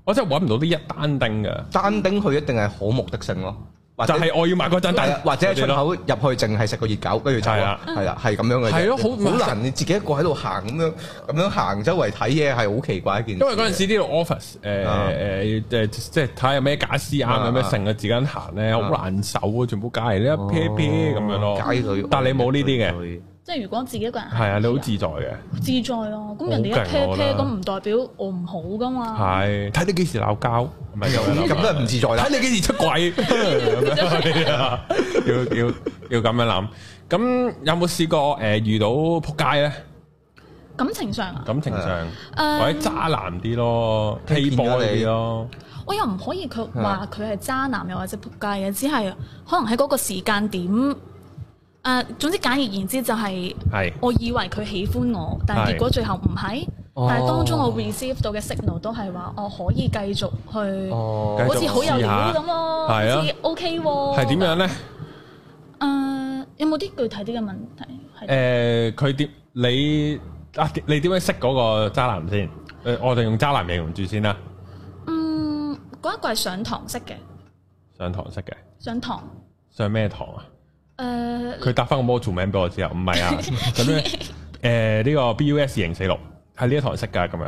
A: 我真係揾唔到啲一單丁嘅，
B: 單丁去一定係好目的性咯，或
A: 就
B: 者
A: 係我要買嗰陣
B: 係啊
A: 單，
B: 或者係出口入去淨係食個熱狗，跟住走
A: 係
B: 啦
A: 啊，
B: 係啦，係咁樣嘅啫。
A: 係咯好
B: 好難，你自己一個喺度行咁樣咁樣行周圍睇嘢係好奇怪一件事
A: 因
B: 嚟嘅。
A: 為嗰陣時呢度 office 誒
B: 啊
A: 誒誒，即係睇下有咩假私啱，有咩成個自己人行咧，好難受啊！全部隔離呢一 pair pair 咁樣咯，
B: 哦街女，
A: 但你冇呢啲嘅，
B: 嘅，
C: 即係如果自己一個人
A: 係啊，你好自在嘅，
C: 自在咯。咁人哋一
A: 好勁啊
C: pair
A: 我覺
C: pair
A: 得
C: 咁唔代表我唔好噶嘛。
A: 係睇你幾時鬧交，唔係咁樣
B: 咁
A: 諗
B: 都係唔自在啦
A: 睇。你幾時出軌，咁樣係啊 要要要咁樣諗。咁有冇試過誒遇到撲街咧？
C: 感情上啊，
A: 感情上
C: 誒
A: 或者渣男啲咯，
B: 欺
A: 欺
B: 騙咗
A: 波嗰啲咯，
C: 我又唔可以佢話佢係渣男又或者撲街嘅，只係可能喺嗰個時間點誒、總之簡而言之就係
A: 係
C: 我以為佢喜歡我，但
A: 係
C: 係結果最後唔係。
B: 哦
C: 但係當中我 receive 到嘅 signal 都係話我可以繼續去，
B: 哦
A: 繼
C: 好
A: 續
C: 似好有料咁喎，
A: 試下啊
C: 好似 OK 喎。
A: 係點樣咧？
C: 誒、有冇啲具體啲嘅問題？
A: 誒，
C: 係
A: 呃佢點你啊？你點樣識嗰個渣男先？誒，我哋用渣男形容住先啦。
C: 嗯，嗰一個係上堂識嘅，
A: 上堂識嘅，
C: 上堂。呃
A: 上咩堂啊？
C: 誒
A: 佢答翻個 module 名俾我之後，唔係啊，咁樣誒呢個 BUS 型四六係呢一堂識㗎，咁樣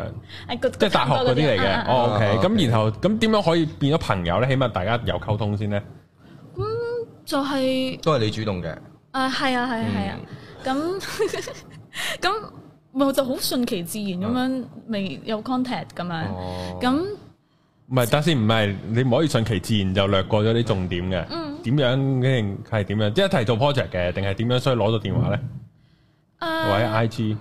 C: 係個
A: 即係大學嗰啲嚟
C: 啊
A: 嘅。
C: 啊啊
A: 哦
B: 啊
A: ，OK，
B: OK
A: 咁然後咁點樣可以變咗朋友咧？起碼大家有溝通先咧。
C: 就係誒
B: 都係你主動嘅，
C: 係啊係啊係啊，咁咁 咪就好順其自然咁樣，咪有 contact 咁樣。
B: 哦，
C: 咁
A: 唔係，等下先，唔係你唔可以順其自然就略過咗啲重點嘅。
C: 嗯
A: 點樣定係點樣？即係一齊做 project 嘅，定係點樣？所以攞到電話咧，
C: 啊嗯
A: 或者
C: 誒
A: IG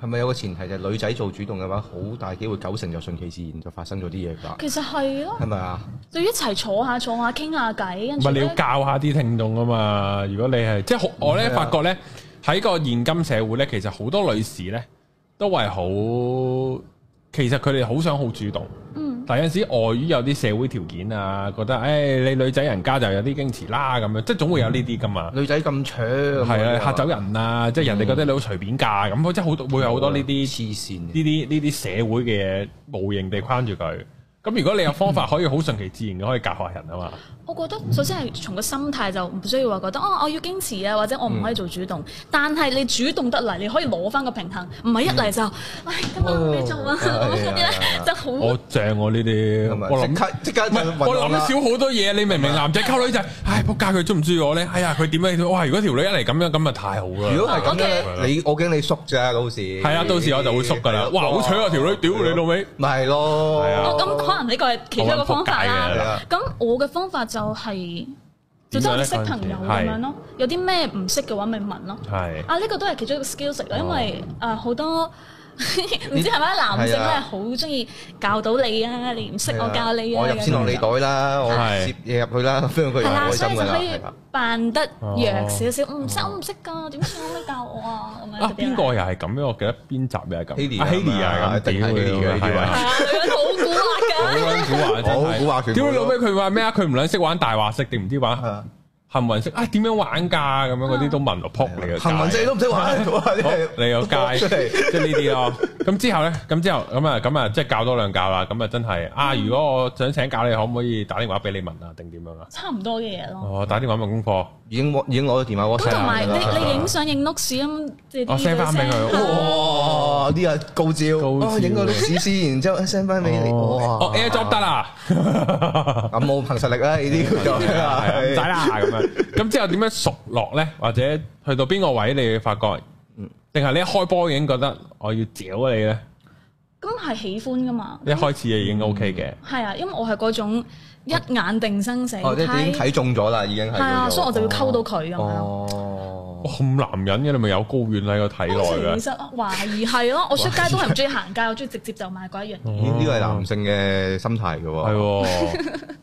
B: 係咪有個前提就係女仔做主動嘅話，好大機會九成就順其自然就發生咗啲嘢㗎，
C: 其實係咯
B: 係，咪啊？
C: 就一齊坐下坐下傾下偈，
A: 唔
C: 跟住
A: 係
C: 嗯
A: 你要
C: 咧
A: 教下啲聽眾啊嘛。如果你係即係好我咧
B: 係啊
A: 發覺咧喺個現今社會咧，其實好多女士咧都係好，其實佢哋好想好主動，
C: 嗯
A: 但有陣時礙於有啲社會條件啊，覺得誒、唉你女仔人家就有啲矜持啦咁樣，即係總會有呢啲噶嘛。
B: 女仔咁搶，
C: 嗯
A: 係啊，嚇走人啊，即係人哋覺得你好隨便嫁咁，即係好多會有好多呢啲
D: 黐線嘅
A: 呢啲呢啲社會嘅嘢無形地框住佢。咁如果你有方 法可以好順其自然嘅，可以教下人啊嘛。
C: 我覺得首先係從個心態就唔需要話覺得哦，我要矜持啊，或者我唔可以做主動。但係你主動得嚟，你可以攞翻個平衡，唔係一嚟就唉今晚咩做啊
B: 哦
C: 嗰啲咧
B: 係啊係啊
C: 就好。
A: 我正我呢啲，
B: 咁啊
A: 我
B: 即
A: 諗
B: 刻即刻
A: 唔係我諗少好多嘢。你明唔明男仔溝女就係唉仆街，佢中唔中意我咧？哎呀，佢點樣？哇！如果條女一嚟咁樣，咁啊太好啦。
B: 如果係咁
C: OK
B: 咧，你我驚你縮咋，到時係
A: 係啊到時我就會縮㗎啦哇好彩啊條女屌你老味
B: 咪係咯，
A: 係啊
C: 哦，咁可能呢個係其中一個方法
A: 好撚仆街
B: 嘅係啊
C: 啦。咁我嘅方法就係做真係識朋友咁樣咯。有啲咩唔識嘅話，咪問咯。
A: 係
C: 啊，呢個都係其中一個 skills 嚟
A: 哦
C: 嘅，因為誒好多 唔知係咪男
B: 係
C: 性咧
B: 啊
C: 好中意教到你啊，你唔識我教你啊，
B: 我入先落你袋啦，我
A: 係
B: 攝嘢入去啦，咁樣佢
C: 係
B: 又
C: 啦，
B: 開
C: 所
B: 心
C: 以就
B: 㗎啦
C: 可以
B: 係啊啦。
C: 扮得弱少少，唔識我唔識㗎，點算可以教我啊咁
A: 哦
C: 樣
A: 啊
C: 嗰，啲
A: 邊
C: 啦
A: 個又係咁樣？我記得邊集又係咁。
B: Hailey
A: 啊
B: 啊
A: ，Hailey 啊，咁
B: 一定
A: 屌
B: 係 Hailey 嘅呢啲
A: 係啊
B: 位
C: 係啊，女人好古惑㗎。
A: 好撚古惑真係
B: 好古惑全部
A: 屌
B: 都
A: 你老味，佢話咩啊？佢唔撚識玩大話式定唔知玩
B: 係啊
A: 幸運式啊？點樣玩㗎？咁樣嗰啲都問我撲你啊個街
B: 幸運仔都唔識玩，哇真係
A: 你個街
B: 真係
A: 即係呢啲咯。咁之後咧，咁之後咁啊，咁啊，即係教多兩教啦。咁啊，真係啊，如果我想請教你，可唔可以打電話俾你問啊？定點樣啊？
C: 差唔多嘅嘢咯。
A: 哦，打電話問功課，
B: 已經已經攞咗電
A: 啊
B: 話 WhatsApp 啊
C: 咁同埋
B: 㗎啦
C: 你你影啊相影 notes 咁，即係
A: 我
C: 啲
A: send 返俾佢哦
C: 聲
B: 哇！呢個高
A: 高
B: 招，
A: 招
B: 啊影個歷史先，然之後 send 翻俾你。
A: 哦
B: 哇
A: ，AirDrop 得啦。
B: 咁冇憑實力啦，呢啲叫做
A: 係啊係啊唔使
B: 係
A: 啦咁樣。咁之後點樣熟落咧？或者去到邊個位你會發覺？定係你一開波已經覺得我要屌你咧？
C: 咁係喜歡噶嘛？
A: 一開哦始已經 OK 嘅。
C: 係啊，因為我係嗰種一眼定生死，
B: 哦，即係已經
C: 係
B: 睇中咗啦，已經係嗰種。
C: 啊，所以我就要溝到佢咁樣。
B: 哦
A: 哇，，咁男人嘅你咪有高遠喺個體內
C: 當時
A: 嘅。
C: 其實懷疑係咯，我出街都係唔中意行街，我中意直接就買嗰一樣
A: 嗯
C: 嘢。
B: 咦呢個係男性嘅心態嘅
A: 係
B: 喎，
A: 喎，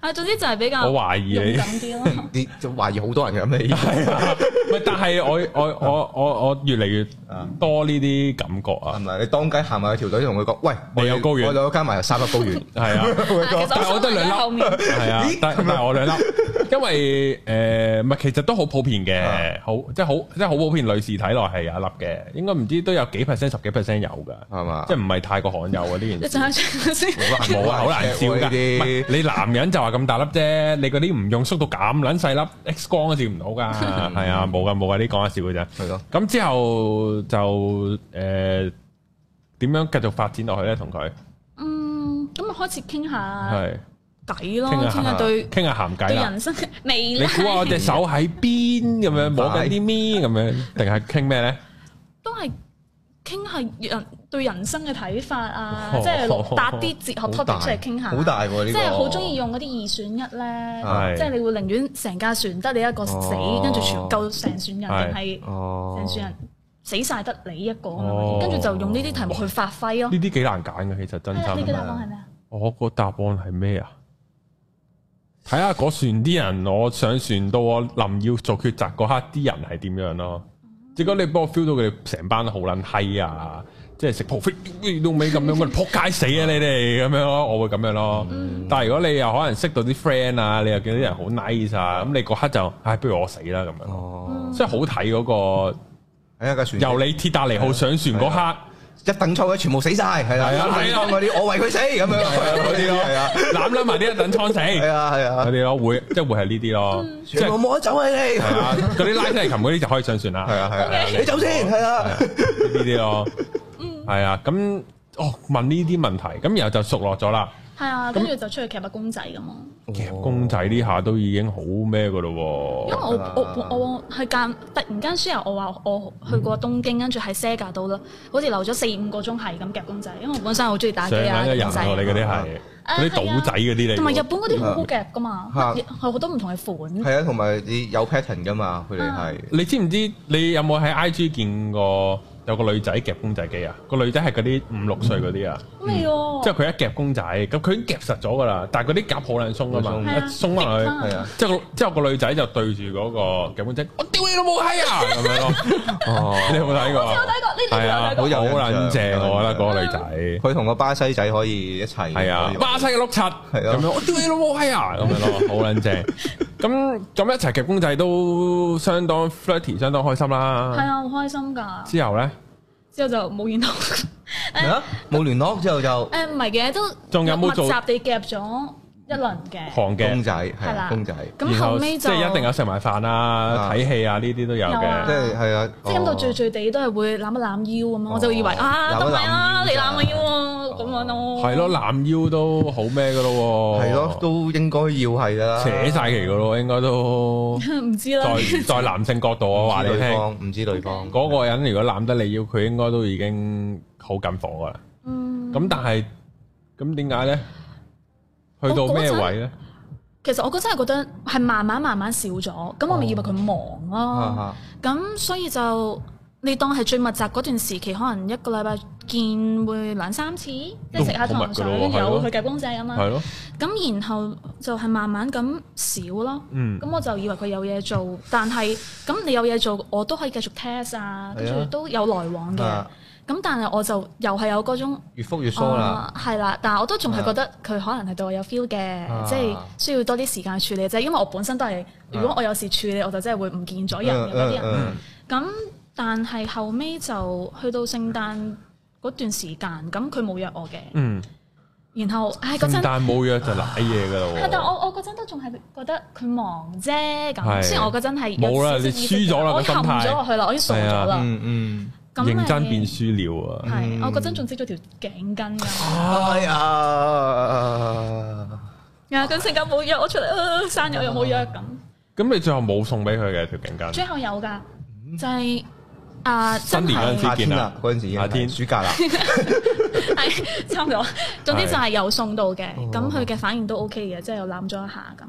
C: 啊，總之就係比較
A: 我懷疑你
C: 勇敢啲咯。
B: 你就懷疑好多人嘅咁你
A: 咪但係我我我我我越嚟越
B: 啊
A: 多呢啲感覺
B: 係
A: 啊，
B: 咪？你當街行埋去條女同佢講，喂，我
A: 你有高遠
B: 我有加埋有三粒高 遠，
A: 係啊。
C: 啊其實我想問喺後面，
A: 系啊，但係唔係我兩粒，因為诶唔係，其實都好普遍
B: 啊
A: 嘅，好即係好即係好普遍，女士體內係有一粒嘅，應該唔知都有幾 percent 十幾 percent 有噶，
B: 係嘛
A: 即？係唔係太過罕有啊呢
C: 你
A: 件
C: 就
A: 事。
C: 係先。
A: 冇啊，好難笑
B: 呢
A: 噶。唔係
B: 啲
A: 你男人就話咁大粒啫，你嗰啲唔用縮到咁撚細粒，X 光都照唔到 噶。係啊，冇噶冇噶，呢講下笑嘅啫。
B: 係咯，
A: 咁之後就诶點樣繼續發展落去咧？同佢
C: 嗯，咁咪開始傾下
A: 係
C: 偈咯，
A: 傾下
C: 傾下對
A: 傾下鹹偈
C: 對
A: 啦。
C: 人生未
A: 你
C: 來
A: 估下我隻手喺邊咁樣摸緊啲咩咁樣，定係傾咩咧？
C: 都係傾下人對人生嘅睇法啊，
A: 哦
C: 即係落搭啲哲學
B: 好
C: topic
B: 大
C: 出嚟傾下，
B: 好大喎呢個
C: 即係好中意用嗰啲二選一咧
A: 係，
C: 即係你會寧願成架船得你一個死，
B: 哦
C: 跟住全救成船人，定係
B: 哦
C: 成船人死晒得你一個咁
A: 哦
C: 樣，跟住就用呢啲題目去發揮咯
A: 呢。啲幾難揀嘅，其實真
C: 係啊你嘅
A: 心。
C: 答案係咩啊？
A: 我個答案係咩啊？睇下嗰船啲人，我上船到我臨要做抉擇嗰刻，啲人係點樣咯？結果你幫我 feel 到佢哋成班好撚閪啊！即係食 p 飛到尾咁樣，我哋撲街死啊你哋咁樣咯，我會咁樣咯。
B: 嗯
A: 但係如果你又可能識到啲 friend 啊，你又見到啲人好 nice 啊，咁你嗰刻就，唉，不如我死啦咁樣。
B: 哦，
A: 即係好睇嗰、個
B: 係啊架船
A: 由你鐵達尼號上船嗰刻，
B: 一等抽嘅全部死晒，係啦，
A: 係啊
B: 一等艙嗰啲我為佢死咁樣嗰啲咯，係啊，
A: 攬攬埋啲一等倉死
B: 係
A: 嗰
B: 啊，係啊，
A: 啲咯，會即係會係呢啲咯，即
B: 全部
A: 係
B: 冇得走啊你哋，
A: 係啊， 嗰啲拉提琴嗰啲就可以上船
B: 係
A: 啦，
B: 啊，係啊，你走先，係
A: 係
B: 啊
A: 啊，呢啲咯，係啊，咁哦問呢啲問題，咁然後就熟落咗啦。
C: 係啊，跟住就出去騎下公仔咁咯。
A: 夾公仔呢下都已經好咩噶咯
C: 因為我我我我係間突然間 share 我話我去過東京，跟住喺 Sega 度啦，好似留咗四五個鐘係咁夾公仔，因為我本身好中意打
A: 喎，上
C: 機
A: 眼
C: 啊，
A: 嘅人
C: 公仔
A: 喎，你嗰啲係嗰啲賭仔嗰啲嚟喎，
C: 同埋日本嗰啲好好夾噶嘛，
B: 嚇
C: 乜嘢係好多唔同嘅款。
B: 係啊，同埋你有 pattern 噶嘛，佢哋係
A: 你知唔知你有冇喺 IG 見過有個女仔夾公仔機啊，個女仔係嗰啲五六歲嗰啲啊，
C: 咩喎？
A: 即係佢一夾公仔，咁佢已經夾實咗噶啦，但係嗰啲夾好撚鬆噶嘛，
B: 係
C: 啊
A: 一鬆翻落去。
B: 係啊，
A: 之後之後個女仔就對住嗰個夾公仔，我屌你老母閪啊！咁樣咯，哦，你有冇睇過
C: 我
A: 啊
C: 有？睇過呢啲
A: 係
C: 有
A: 啊，
C: 睇過
A: 好
B: 有印象
A: 撚正，我覺得嗰個女仔。
B: 佢同個巴西仔可以一齊，
A: 係啊，巴西嘅碌柒
B: 係
A: 咁
B: 啊
A: 樣，我屌你老母閪啊！咁樣咯，好撚正。咁咁一齊夾公仔都相當 flirty，相當開心
C: 係
A: 啦。
C: 啊，好開心㗎。
A: 之後咧，
C: 之後就冇見到。
B: 係啊，冇聯絡之後就
C: 誒唔係嘅，都
A: 仲有冇做
C: 密集地夾咗一輪嘅。
A: 韓
B: 公
A: 嘅，
B: 仔係
C: 係
B: 啊
C: 啦
B: 公仔，
C: 咁
A: 然後
C: 後尾
A: 即
C: 就
A: 係一定有食埋飯啊、
B: 啊
A: 睇戲啊呢啲都有
C: 有啊
B: 即
A: 嘅。
B: 係係啊，
C: 即係咁到最
B: 哦
C: 最地都係會攬一攬腰咁樣，我就以為
B: 哦
C: 啊，得咪啊，
B: 攬
C: 你
B: 一
C: 攬
B: 攬
C: 我
B: 腰
C: 腰喎，咁樣咯。
A: 係咯，攬腰都好咩噶咯喎。
B: 係咯，都應該要係噶啦，
A: 扯晒旗噶咯，應該都
C: 唔知啦
A: 在。在男性角度，我
B: 唔
A: 話
B: 知
A: 你
B: 對
A: 聽，
B: 方，唔知對方
A: 嗰個人如果攬得你腰，佢應該都已經好緊火噶啦。
C: 嗯
A: 咁但係咁點解咧？去
C: 我
A: 到
C: 嗰
A: 咩
C: 陣
A: 位咧？
C: 其實我嗰真係覺得係慢慢慢慢少咗，咁我咪以為佢忙咯。
B: 啊
C: 咁所以就你當係最密集嗰段時期，可能一個禮拜見會兩三次，即係食下
A: 都好密
C: 糖
A: 㗎
C: 水，
A: 咯係
C: 有
A: 咯
C: 佢夾公仔咁
A: 係
C: 樣。
A: 咯，
C: 咁然後就係慢慢咁少咯。
A: 嗯
C: 咁我就以為佢有嘢做，但係咁你有嘢做，我都可以繼續 test 啊，跟
B: 係
C: 住
B: 啊
C: 都有來往嘅。
B: 啊
C: 咁但係我就又係有嗰種，
B: 越覆越疏啦，
C: 啊係啦，但係我都
A: 啊
C: 仲係覺得佢可能係對我有 feel 嘅，
B: 啊
C: 即係需要多啲時間處理啫。因為我本身都係，如果我有事處理，我就真係會唔見咗人嘅哦嗰啲人。
B: 嗯
C: 咁但係後尾就去到聖誕嗰段時間，咁佢冇約我嘅，
A: 嗯，
C: 然後唉嗰
A: 聖
C: 陣。
A: 誕冇約就瀨嘢噶
C: 係，但
A: 啦
C: 我我嗰陣都仲係覺得佢忙啫
A: 係
C: 咁，雖然我嗰陣係有
A: 冇啦
C: 少少
A: 你
C: 意識
A: 輸咗啦
C: 我
A: 個心態
C: 陷咗落去啦，我已經傻咗
B: 嗯
C: 啦。
B: 嗯嗯，
A: 喎，
C: 咁
A: 認
C: 咪
A: 真變輸了啊！
C: 係，
B: 嗯
C: 我嗰陣仲織咗條頸巾㗎，
B: 哎
C: 哦
B: 呀，
A: 嗯
C: 啊咁性格冇約我出嚟，呃生日我又冇約咁，
A: 咁你最後冇送俾佢嘅條頸巾，
C: 最後有㗎，就係啊
A: 新
C: 真
A: 年嗰陣時
C: 係
B: 夏天啦，嗰陣時已經
A: 夏天
B: 係暑假 啦，
C: 係差唔多，總之就係有送到嘅，
B: 哦
C: 咁佢嘅反應都 OK 嘅，即係又攬咗一下咁，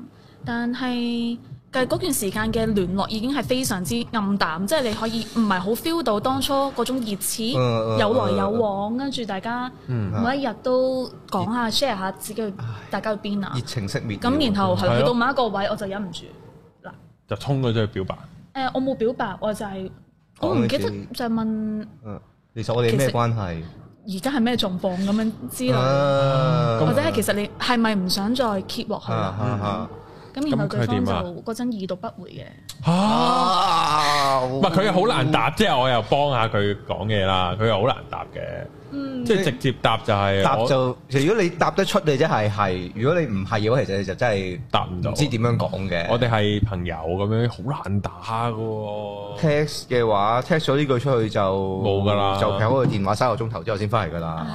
C: 但係。但係嗰段時間嘅聯絡已經係非常之暗淡，即係你可以唔係好 feel 到當初嗰種熱切，
B: 嗯
C: 有來有，往，跟住大家
A: 嗯
C: 每一日都講下 share 下自己去大家去邊啊
B: 熱。情熄滅了，
C: 咁然後
A: 係啊
C: 係去到某一個位，我就忍唔住嗱，誒、
A: 就衝咗出去表白。
C: 我冇表白，我就係、我
B: 講
C: 唔
B: 你
C: 記得
B: 自己
C: 就係問
B: 嗯，其實我哋咩關係？
C: 而家係咩狀況咁樣之類，
B: 啊
C: 嗯或者係其實你係咪唔想再 keep 落去
B: 啊
C: 啦？
B: 啊
C: 咁然後對
A: 咁佢
C: 方
A: 點
C: 就
A: 啊
C: 嗰陣已讀不回嘅，嗯
A: 嚇！
B: 啊，
A: 唔
B: 唔
A: 係佢又好難，答，即係我又幫下佢講嘢啦，佢又好難答嘅，
C: 嗯，
A: 即係直接答就係
B: 答
A: 我
B: 就如果你答得出，你即係係；如果你唔係嘅話，其實你就真係
A: 答唔到
B: 唔知點樣講嘅。
A: 我哋係朋友咁樣，好難打嘅喎。
B: text 嘅話，text 咗呢句出去就
A: 冇㗎啦
B: 就喺個電話三個鐘頭之後先翻嚟㗎啦，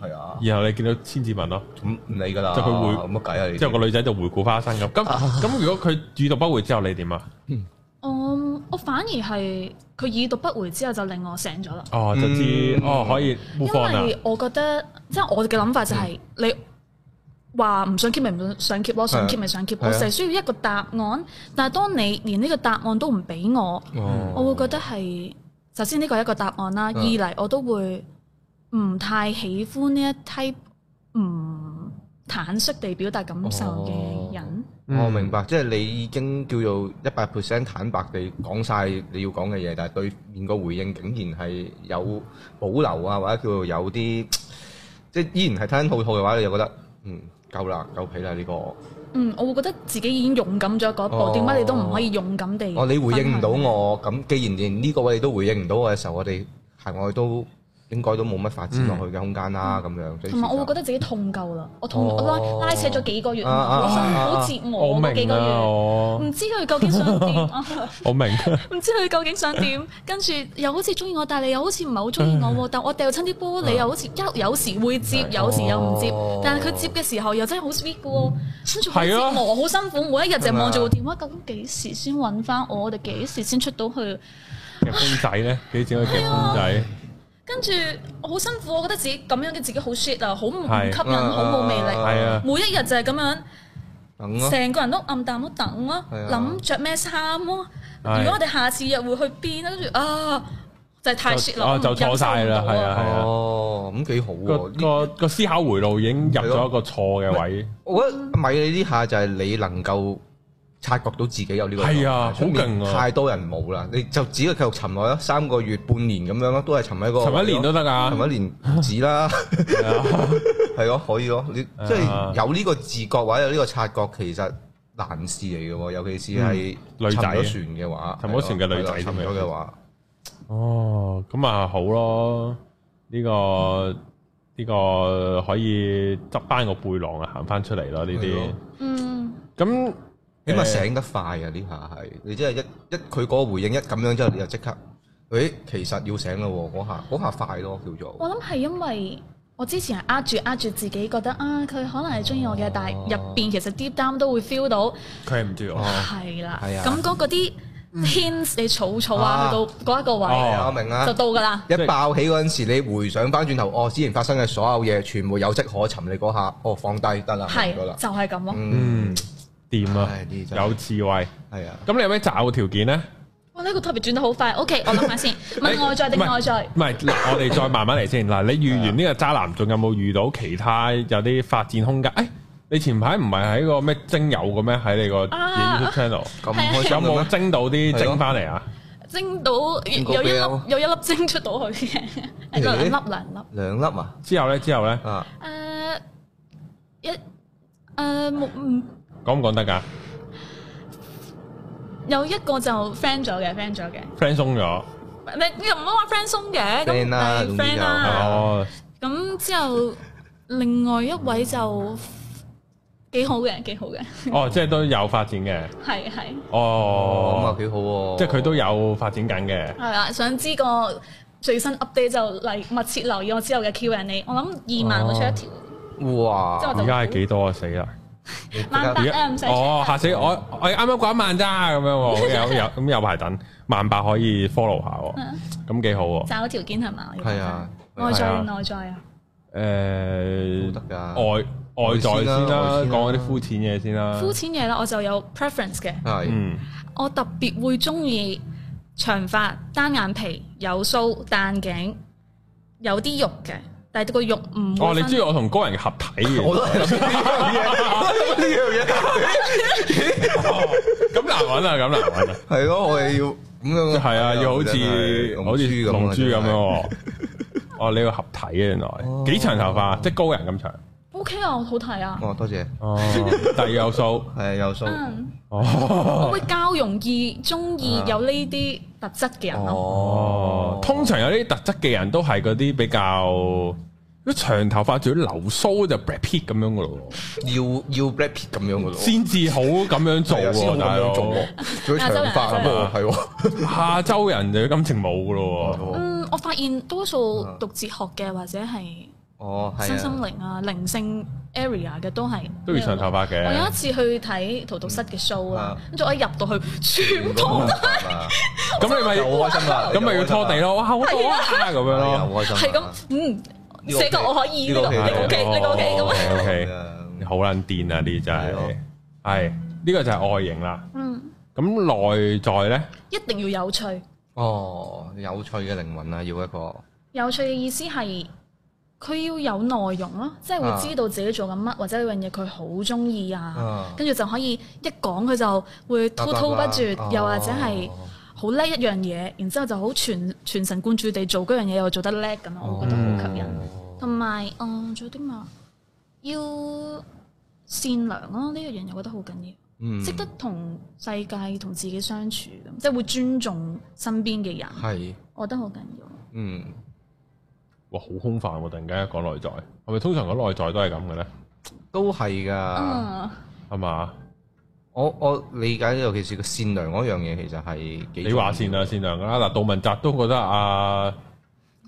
B: 係啊，
A: 然後你見到千字文咯，
B: 咁唔理㗎啦，
A: 即係佢會
B: 冇乜計啊，你
A: 之後個女仔就回顧花生咁。
B: 啊
A: 咁咁如果佢主動不回之後，你點啊？
C: 嗯我我反而係佢已讀不回之後就令我醒咗啦。
A: 哦，就知
B: 嗯
A: 哦，可以 move on 啦
C: 因。為我覺得，即係我嘅諗法就係、你話唔想 keep 咪唔想 keep 咯，想 keep 咪想 keep，
B: 係啊
C: 我淨係需要一個答案。但係當你連呢個答案都唔俾我，
A: 哦，
C: 我會覺得係首先呢個係一個答案啦，
B: 嗯
C: 二嚟我都會唔太喜歡呢一 type 唔坦率地表達感受嘅人。
B: 我明白，即係你已經叫做一百 percent 坦白地講晒你要講嘅嘢，但係對面個回應竟然係有保留啊，或者叫做有啲即係依然係吞吞吐吐嘅話，你就覺得嗯夠啦，夠皮啦呢個。
C: 嗯，我會覺得自己已經勇敢咗嗰一
B: 哦
C: 步，點解你都唔可以勇敢地？
B: 哦，你回應唔到。我，咁既然連呢個位你都回應唔到我嘅時候，我哋行外都應該都冇乜發展落去嘅空間啊啦，咁樣。
C: 嗯同埋我會覺
B: 得
C: 得自己痛夠啦，我痛
B: 哦
C: 我拉拉扯咗幾個月，
B: 啊啊
C: 我辛
B: 啊啊
C: 苦折
A: 我
C: 磨嗰幾
A: 明
C: 個
A: 啊，
C: 月，
A: 我
C: 唔知佢究竟 想點， 啊
A: 我明。
C: 唔知佢究竟想點，跟住又好似中意我，但係你又好似唔係好中意
A: 嗯
C: 我喎，但我掉親啲玻璃又好似一有時會接，有時又唔接
B: 哦，
C: 但係佢接嘅時候又真係好 sweet 嘅喎，跟住好
A: 係
C: 折
A: 啊
C: 磨，好辛苦，每一日就望住部
B: 係
C: 電話，究竟幾時先揾翻我？我哋幾時先出到去？
A: 夾公仔咧，幾錢去夾公仔？
C: 跟住我好辛苦，我覺得自己咁樣嘅自己好 shit 啊，好唔唔吸
A: 係
C: 引，好冇魅力，
A: 係啊，
C: 每一日就係咁樣。
B: 等咯，
C: 成個人都暗淡都等咯，
B: 係啊
C: 諗着咩衫咯。
A: 係
C: 如果我哋下次約會去邊咧，跟住啊，就係太 shit
A: 啊
C: 啦，
A: 就錯晒啦
C: 我唔忍受唔到
A: 係啊
B: 哦，咁幾好
A: 個
B: 喎。呢
A: 個個思考回路已經入咗一個錯嘅位，
B: 我覺得米你呢下就係你能夠察覺到自己有呢個
A: 係啊
B: 狀態出
A: 好
B: 面
A: 勁啊
B: 太多人冇啦，你就只係繼續沉落啦，三個月、半年咁樣咯，都係 沉喺個
A: 沉一年都得
B: 沉
A: 㗎。
B: 一年唔 止啦，
A: 係啊
B: 係咯，可以咯，你
A: 啊
B: 即係有呢個自覺或者有呢個察覺，其實難事嚟嘅喎，尤其是係
A: 嗯女仔
B: 沉咗船嘅話，
A: 沉咗船嘅女仔
B: 係咯沉咗嘅話，
A: 哦，咁啊好咯，呢個呢個可以執翻個背囊啊，行翻出嚟咯呢
B: 係
A: 啲
B: 咯。
C: 嗯，
A: 咁
B: 起碼醒得快啊！呢下係你真係一一佢嗰個回應一咁樣之後，你就即刻，誒其實要醒咯喎！嗰下嗰下快咯，叫做
C: 我諗係因為我之前係呃住呃住自己，覺得啊，佢可能係中意我嘅，但
A: 哦
C: 係入邊其實 deep down 都會 feel 到
A: 佢係唔知我
B: 哦
C: 係啦。
B: 係啊
C: 咁嗰嗰啲 hints 你儲儲
B: 啊
C: 啊，去到嗰一個位
A: 哦
B: 我明啦
C: 就。到㗎啦。
B: 一爆起嗰陣時，你回想翻轉頭，哦，之前發生嘅所有嘢，全部有跡可尋。你嗰下，哦，放低得啦，
C: 係
B: 明咗啦。
C: 就係咁咯。
A: 嗯
B: 嗯，
A: 掂啊，
B: 唉呢啲真係
A: 有智慧。
B: 係啊，
A: 咁你有咩擇偶條件咧？
C: 哇！呢個 topic 轉得好快。OK，我諗下 先，問外在定
A: 唔係
C: 外在？
A: 唔係， 嗱我哋再慢慢嚟先。嗱，
B: 啊
A: 你遇完呢個渣男，仲有冇遇到其他有啲發展空間？誒，哎你前排唔係喺個咩精友嘅咩？喺你個
C: 啊
A: YouTube channel
B: 咁
C: 係 啊
B: 開心
A: 有
B: 嘅
A: 冇
B: 咩？
A: 精到啲
B: 係咯
A: 精翻嚟啊？
C: 蒸到有
B: 應該
C: 有一
B: 比
C: 粒
B: 較
C: 有一粒蒸出到去嘅，
B: 咦
C: 兩粒兩粒。
B: 兩粒啊，
A: 之後咧，之後咧，
B: 啊，
C: 誒一誒冇嗯唔
A: 講唔講得㗎
C: 有一個就 friend 咗嘅，friend 咗嘅。
A: ？friend 鬆咗，
B: 啊
C: 你又唔好話 friend 鬆嘅，咁
B: friend 啦
C: 係
B: 總之
C: friend
B: 就
C: 啦。
A: 哦，
C: 咁之後另外一位就幾好嘅，幾好嘅，
A: 哦，即係都有發展嘅，
C: 係係
B: 哦，咁啊
A: 哦，
B: 幾好喎，
A: 即係佢都有發展緊嘅，
C: 係啦。想知個最新 update 就嚟密切留意我之後嘅 Q&A。我諗二萬會出一條，即係
B: 哇
C: 我，
A: 而家係幾多啊？死啦！
B: 你
C: 萬八
A: 而
C: 得
A: 家
C: 啊唔使 check
A: 哦
C: 啊
A: 嚇死我！我啱啱過一萬咋咁樣 喎，有有咁有排等，萬八可以 follow 下喎，
C: 嗯
A: 咁幾好喎。
C: 找條件係嘛？
B: 係啊，
C: 外
A: 係
C: 在
A: 啊
C: 內在啊，
A: 誒
B: 都得㗎
A: 外外在先
B: 外先啦
A: 啦
B: 外，先啦
A: 講嗰啲膚淺嘢先啦。
C: 膚淺嘢啦，我就有 preference 嘅。
B: 係
A: 嗯，
C: 我特別會中意長髮、單眼皮、有須、戴眼鏡，有啲肉嘅，但係個肉唔
A: 哦，
C: 會
A: 你
C: 分
A: 中意我同高人合體嘅。
B: 我都係諗呢樣嘢呢樣嘢。
A: 哦咁難揾啊，咁難揾 啊。
B: 係咯，我哋要咁樣。
A: 係啊，要好似好似
B: 啊
A: 龍珠咁樣
B: 樣。
A: 喎。哦，你要合體嘅原來
B: 哦
A: 幾長頭髮，啊即係高人咁長。
C: O K 啊，我好睇啊，
B: 哦，多謝，
A: 哦，第二有數。
B: 係有數。
C: 嗯，我
A: 哦啊
C: 會較容易中意有呢啲特質嘅人咯。
A: 哦，通常有啲特質嘅人都係嗰啲比較。如果長頭髮仲要留須就 Brad Pitt 咁樣噶咯喎，
B: 要要 black pit 咁樣噶咯。
A: 先至好咁樣做
B: 係啊先好
A: 喎，大
B: 咁
A: 佬
B: 樣。做喎，仲
C: 啊
B: 要長髮咁喎，係喎。
A: 下周人就要感情冇噶咯
C: 嗯，我發現多數
A: 啊
C: 讀哲學嘅或者係
B: 哦，係
C: 身心
B: 啊。
C: 靈啊、靈性 area 嘅都係啊
A: 喎，都要長頭髮
C: 我有一
A: 嘅。
C: 次去睇荼毒室嘅 show 啦
B: 啊，
C: 跟住我一入到去，全部
B: 好
C: 都
A: 咁你咪
B: 啊又好開心啦！
A: 啊咁咪要拖地咯，哇好多啊咁樣
B: 係啊，
A: 咯。
B: 好開心。
C: 係咁，嗯，
B: 呢個
C: 寫個
B: OK，
C: 我可以，
B: 呢
C: 呢
B: 個哦 OK，
C: 個你 O K，你個 O K 咁啊，
A: O K，
B: 係啊
A: 好撚癲啊！呢啲真
B: 係咯
A: 係係呢個就係外形啦。
C: 嗯。
A: 咁內在咧，
C: 一定要有趣。
B: 哦，有趣嘅靈魂啊，要一個。
C: 有趣嘅意思係佢要有內容咯，即係
B: 啊
C: 會知道自己做緊乜，或者有樣嘢佢好中意
B: 啊
C: 啊，跟住就可以一講佢就會滔滔不絕，
B: 哦
C: 又或者係好叻一樣嘢，然之後就好全全神貫注地做嗰樣嘢，又做得叻咁樣，我覺得
B: 哦
C: 好吸引。同埋嗯，仲有啲嘛？要善良咯，呢一樣嘢我覺得好緊要。
B: 嗯，
C: 識得同世界同自己相處咁，即係會尊重身邊嘅人，
B: 係，
C: 我覺得好緊要。
B: 嗯，
A: 哇好空泛喎！突然間一講內在，係咪通常講內在都係咁嘅咧？
B: 都係㗎。
C: 嗯，
A: 係嘛？
B: 我我理解，尤其是個善良嗰樣嘢，其實係幾
A: 你話善良善良㗎啦。嗱，杜汶澤都覺得啊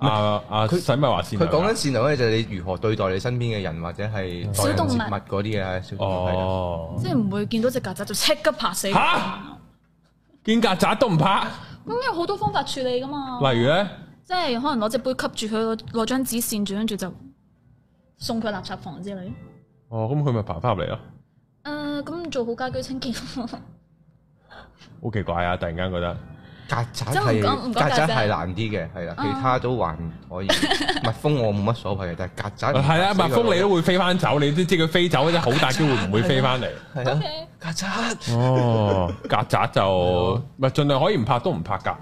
A: 啊啊，
B: 佢
A: 使咪話善
B: 佢
A: 良
B: 講
A: 啊？
B: 緊善良咧，就係你如何對待你身邊嘅人或者係待
C: 小
B: 人
C: 動物
B: 接物嗰啲嘢，小動物係啊
A: 哦，
C: 即係唔會見到只曱甴就即刻拍死佢。
A: 嚇見曱甴都唔怕。
C: 咁有好多方法處理噶嘛，
A: 例如咧。
C: 即係可能攞隻杯吸住佢，攞張紙扇住，跟住就送佢垃圾房之類。誒、啊
A: 哦，咁佢咪爬翻入嚟咯，
C: 咁做好家居清潔。
A: 好奇怪啊！突然間覺得，
B: 曱曱甴
C: 真係唔
B: 係
C: 講唔講
B: 曱甴
C: 曱甴
B: 係難啲嘅，係啦，
C: 嗯
B: 其他都還可 以。蜜蜂我冇乜所謂嘅，但係啊曱甴
A: 系啦，啊蜜蜂你都會飛翻走，你都知佢飛走，即係好大機會唔會飛翻嚟。
B: 係啊
C: OK
B: 曱甴
A: 哦，曱甴就咪盡量可以唔拍都唔拍㗎，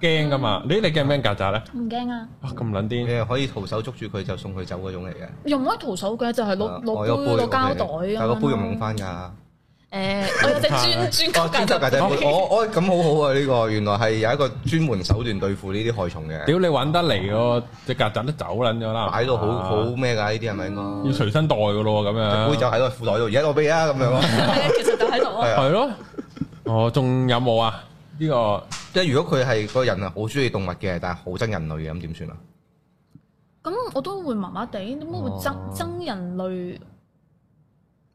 A: 驚㗎嘛？你你驚唔驚曱甴咧？
C: 唔驚啊！
A: 啊咁撚
B: 你
A: 癲！
B: 係可以徒手捉住佢就送佢走嗰種嚟嘅。
C: 又唔可以徒手嘅，就係攞
B: 啊我
C: 攞
B: 有
C: 杯攞膠袋啊
B: OK，
C: 咁
B: 但係個杯用唔
C: 樣
B: 用
C: 咯。
B: 翻㗎？
C: 誒，我有隻專
B: 哦，專
C: 專級
B: 輯曱
C: 曱甴
B: 甴
C: 杯
B: 杯，我我咁好好啊！呢個原來係有一個專門手段對付呢啲害蟲嘅，
A: 屌你揾得嚟喎，只曱甴都走撚咗啦，
B: 擺到好
A: 啊
B: 好咩㗎？呢啲係咪應
A: 要
B: 該？
A: 隨身袋㗎咯喎，咁樣
B: 杯就喺個褲袋度，而家攞俾你啊咁 樣咯。
C: 係啊，其實就喺度
B: 係
C: 咯。
B: 啊
A: 係咯。哦，仲有冇啊？呢個
B: 即係如果佢係個人係好中意動物嘅，但係好憎人類嘅，咁點算啊？
C: 咁我都會麻麻地，點解會
B: 哦
C: 憎憎人類？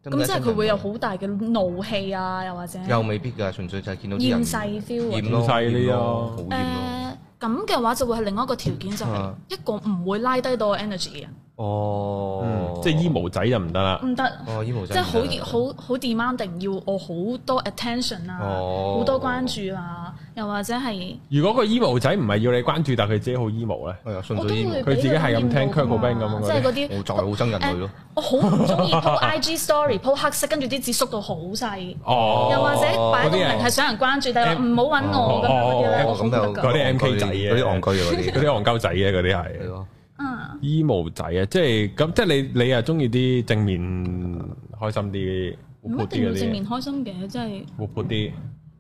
B: 得唔
C: 咁
B: 得
C: 即係佢會有好大嘅怒氣啊，又或者
B: 又未必㗎，純粹就係見到啲人
C: 厭世嗯 feel 啊
B: 厭咯
A: 厭世呢咯
B: 好厭咯。
C: 誒咁嘅話就會係另外一個條件，就係
B: 啊
C: 一個唔會拉低到我 energy 嘅人，
B: 哦
A: 嗯，即係醫毛仔就唔得啦。
C: 唔得，
B: 哦，醫毛
C: 即
B: 仔
C: 係
B: 唔得啊
C: 好好好 demanding，要我好多 attention 啊，
B: 哦
C: 好多關注啊，又或者係
A: 如果個 emo 仔唔係要你關注，但佢自己好 emo 咧，
B: 係啊，
C: 我
B: 純
C: 都
B: 粹醫毛
C: 會
A: 佢自己係咁聽
C: 俾佢
A: Kurt Cobain
C: 厭惡㗎嘛
A: 咁樣
C: 即係嗰啲
B: 我就係好憎人類咯。
C: 我好唔中意 po IG story po 黑色，跟住啲字縮到好細，
A: 哦，
C: 又或者
A: 嗰
C: 擺到
A: 啲人
C: 明係想人關注，但係話唔好揾我咁樣嗰啲咧，
A: 哦
C: 我
B: 哦
C: 好
B: 咁
C: 唔得
B: 就
A: 嗰
C: 㗎。
A: 啲 MK 仔啊嘅
B: 嗰啲戇居啊嘅嗰
A: 嗰
B: 啲，
A: 啲戇鳩仔嘅嗰啲
B: 係
A: 係
B: 咯。
C: 嗯，
A: emo 仔啊，即係咁，即係你你又中意啲正面開心啲、
B: 啊
A: 活
C: 唔一
A: 潑
C: 定
A: 啲
C: 要
A: 嗰
C: 正
A: 啲
C: 面，開心嘅，即係
A: 活潑啲。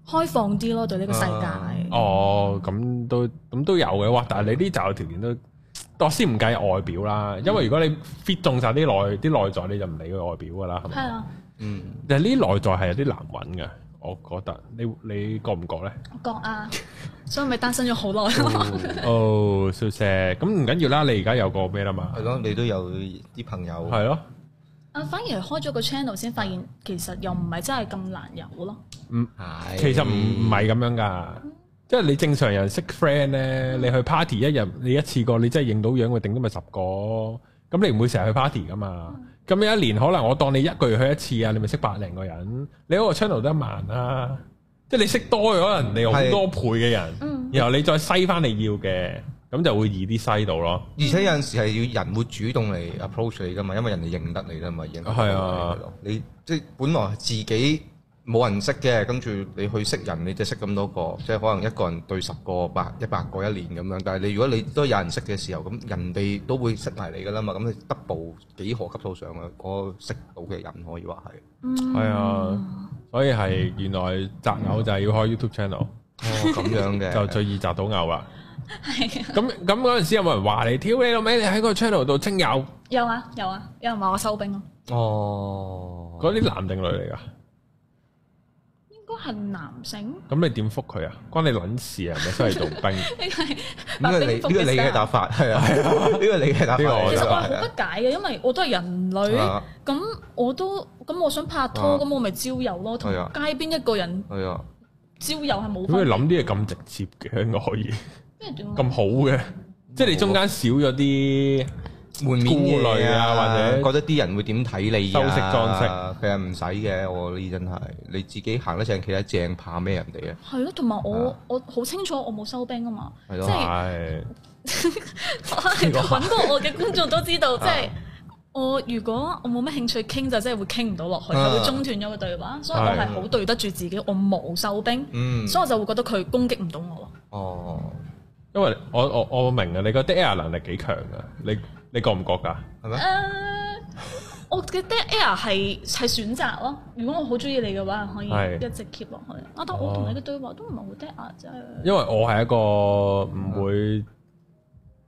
C: 開放啲咯，對呢個世界。
B: 啊
A: 哦，咁都咁都有嘅，哇！但係你呢就條件都，我先唔計外表啦，因為如果你 fit 中晒啲內啲內在，你就唔理佢外表噶啦，係
C: 係
A: 咪？
C: 啊，
B: 嗯，
A: 但係呢內在係有啲難揾嘅，我覺得你你覺唔覺咧？
C: 我覺啊，所以咪單身咗好耐咯。
A: 哦，小姐，咁唔緊要啦，你而家有個咩啦嘛
B: 係？咯，你都有啲朋友
A: 係咯，
C: 啊，反而係開咗個 channel 先發現，其實又唔係真係咁難有咯。
B: 係
A: 其實唔唔係咁樣噶，即係你正常人識 friend 咧，你去 party 一日，你一次過你真係認到樣，佢頂多咪十個，咁你唔會成日去 party 噶嘛。咁有一年可能我當你一個月去一次啊，你咪識百零個人，你嗰個 channel 得一萬啦，即係你識多咗人，你有好多倍嘅人
C: 嗯，
A: 然後你再篩翻你要嘅，咁就會易啲篩到咯。
B: 而且有陣時係要人會主動嚟 approach 你噶嘛，因為人哋認得你啦嘛，認得
A: 係啊
B: 你咯，你即係本來自己冇人識嘅，跟住你去識人，你就識咁多個，即係可能一個人對十個、百一百個一年咁樣。但係你如果你都有人識嘅時候，咁人哋都會識埋你噶啦嘛，咁你 double 幾何級數上啊，嗰個識到嘅人可以話係。
C: 嗯，
A: 係啊，所以係原來擇偶就係要開 YouTube channel。
B: 哦，咁樣 嘅
A: 就最易摘到牛啦。
C: 啊
A: 咁咁嗰陣時有冇人話你挑你老味？你喺個 channel 度清友，
C: 有啊有啊，有人話我收兵咯，
B: 哦，
A: 嗰啲男定女嚟噶？
C: 應該係男性。
A: 咁你點覆佢啊？關你撚事啊？咪出嚟做兵？
C: 呢個係
B: 呢個你呢個你嘅答法係 啊，呢個你嘅答法
A: 呢個我
C: 其
B: 嚟
C: 實
B: 㗎係
C: 我係好
B: 啊
C: 不解嘅，因為我都係人類，
B: 啊
C: 咁我都咁我想拍拖，
B: 啊
C: 咁我咪招友咯，同
B: 係啊
C: 街邊一個人
B: 係啊。
C: 招友係冇
A: 咁
C: 分
A: 你
C: 別。
A: 諗啲嘢咁直接嘅，應該可以
C: 咩點啊
A: 咁好嘅，即係你中間少咗啲。
B: 門面
A: 顧
B: 嘢
A: 慮啊或者
B: 覺得啲人會點睇你
A: 修
B: 啊
A: 飾裝，
B: 其實唔使嘅，我呢啲真係你自己行得正企得正，怕咩人哋啊？
C: 係咯，同埋我
B: 啊
C: 我好清楚我冇收兵 啊嘛，
B: 係
C: 即
B: 咯
C: 係
A: 係
C: 揾過我嘅觀眾都 知
B: 啊
C: 道，即係我如果我冇乜興趣傾，就真係會傾唔到落去，
B: 啊
C: 係會中斷咗個對話，所以我係好對得住自己，我冇收兵，
B: 嗯，
C: 所以我就會覺得佢攻擊唔到我咯。
B: 哦，
A: 因為我我我明啊，你個 dare 能力幾強噶？你你覺唔覺㗎？
B: 係咩？
C: 誒，呃我嘅 dead air 係係選擇咯。如果我好中意你嘅話，可以
A: 係
C: 一直 keep 落去。啊，但我同你嘅對話都唔係好 dead air 啫。
B: 哦
A: 因為我係一個唔會，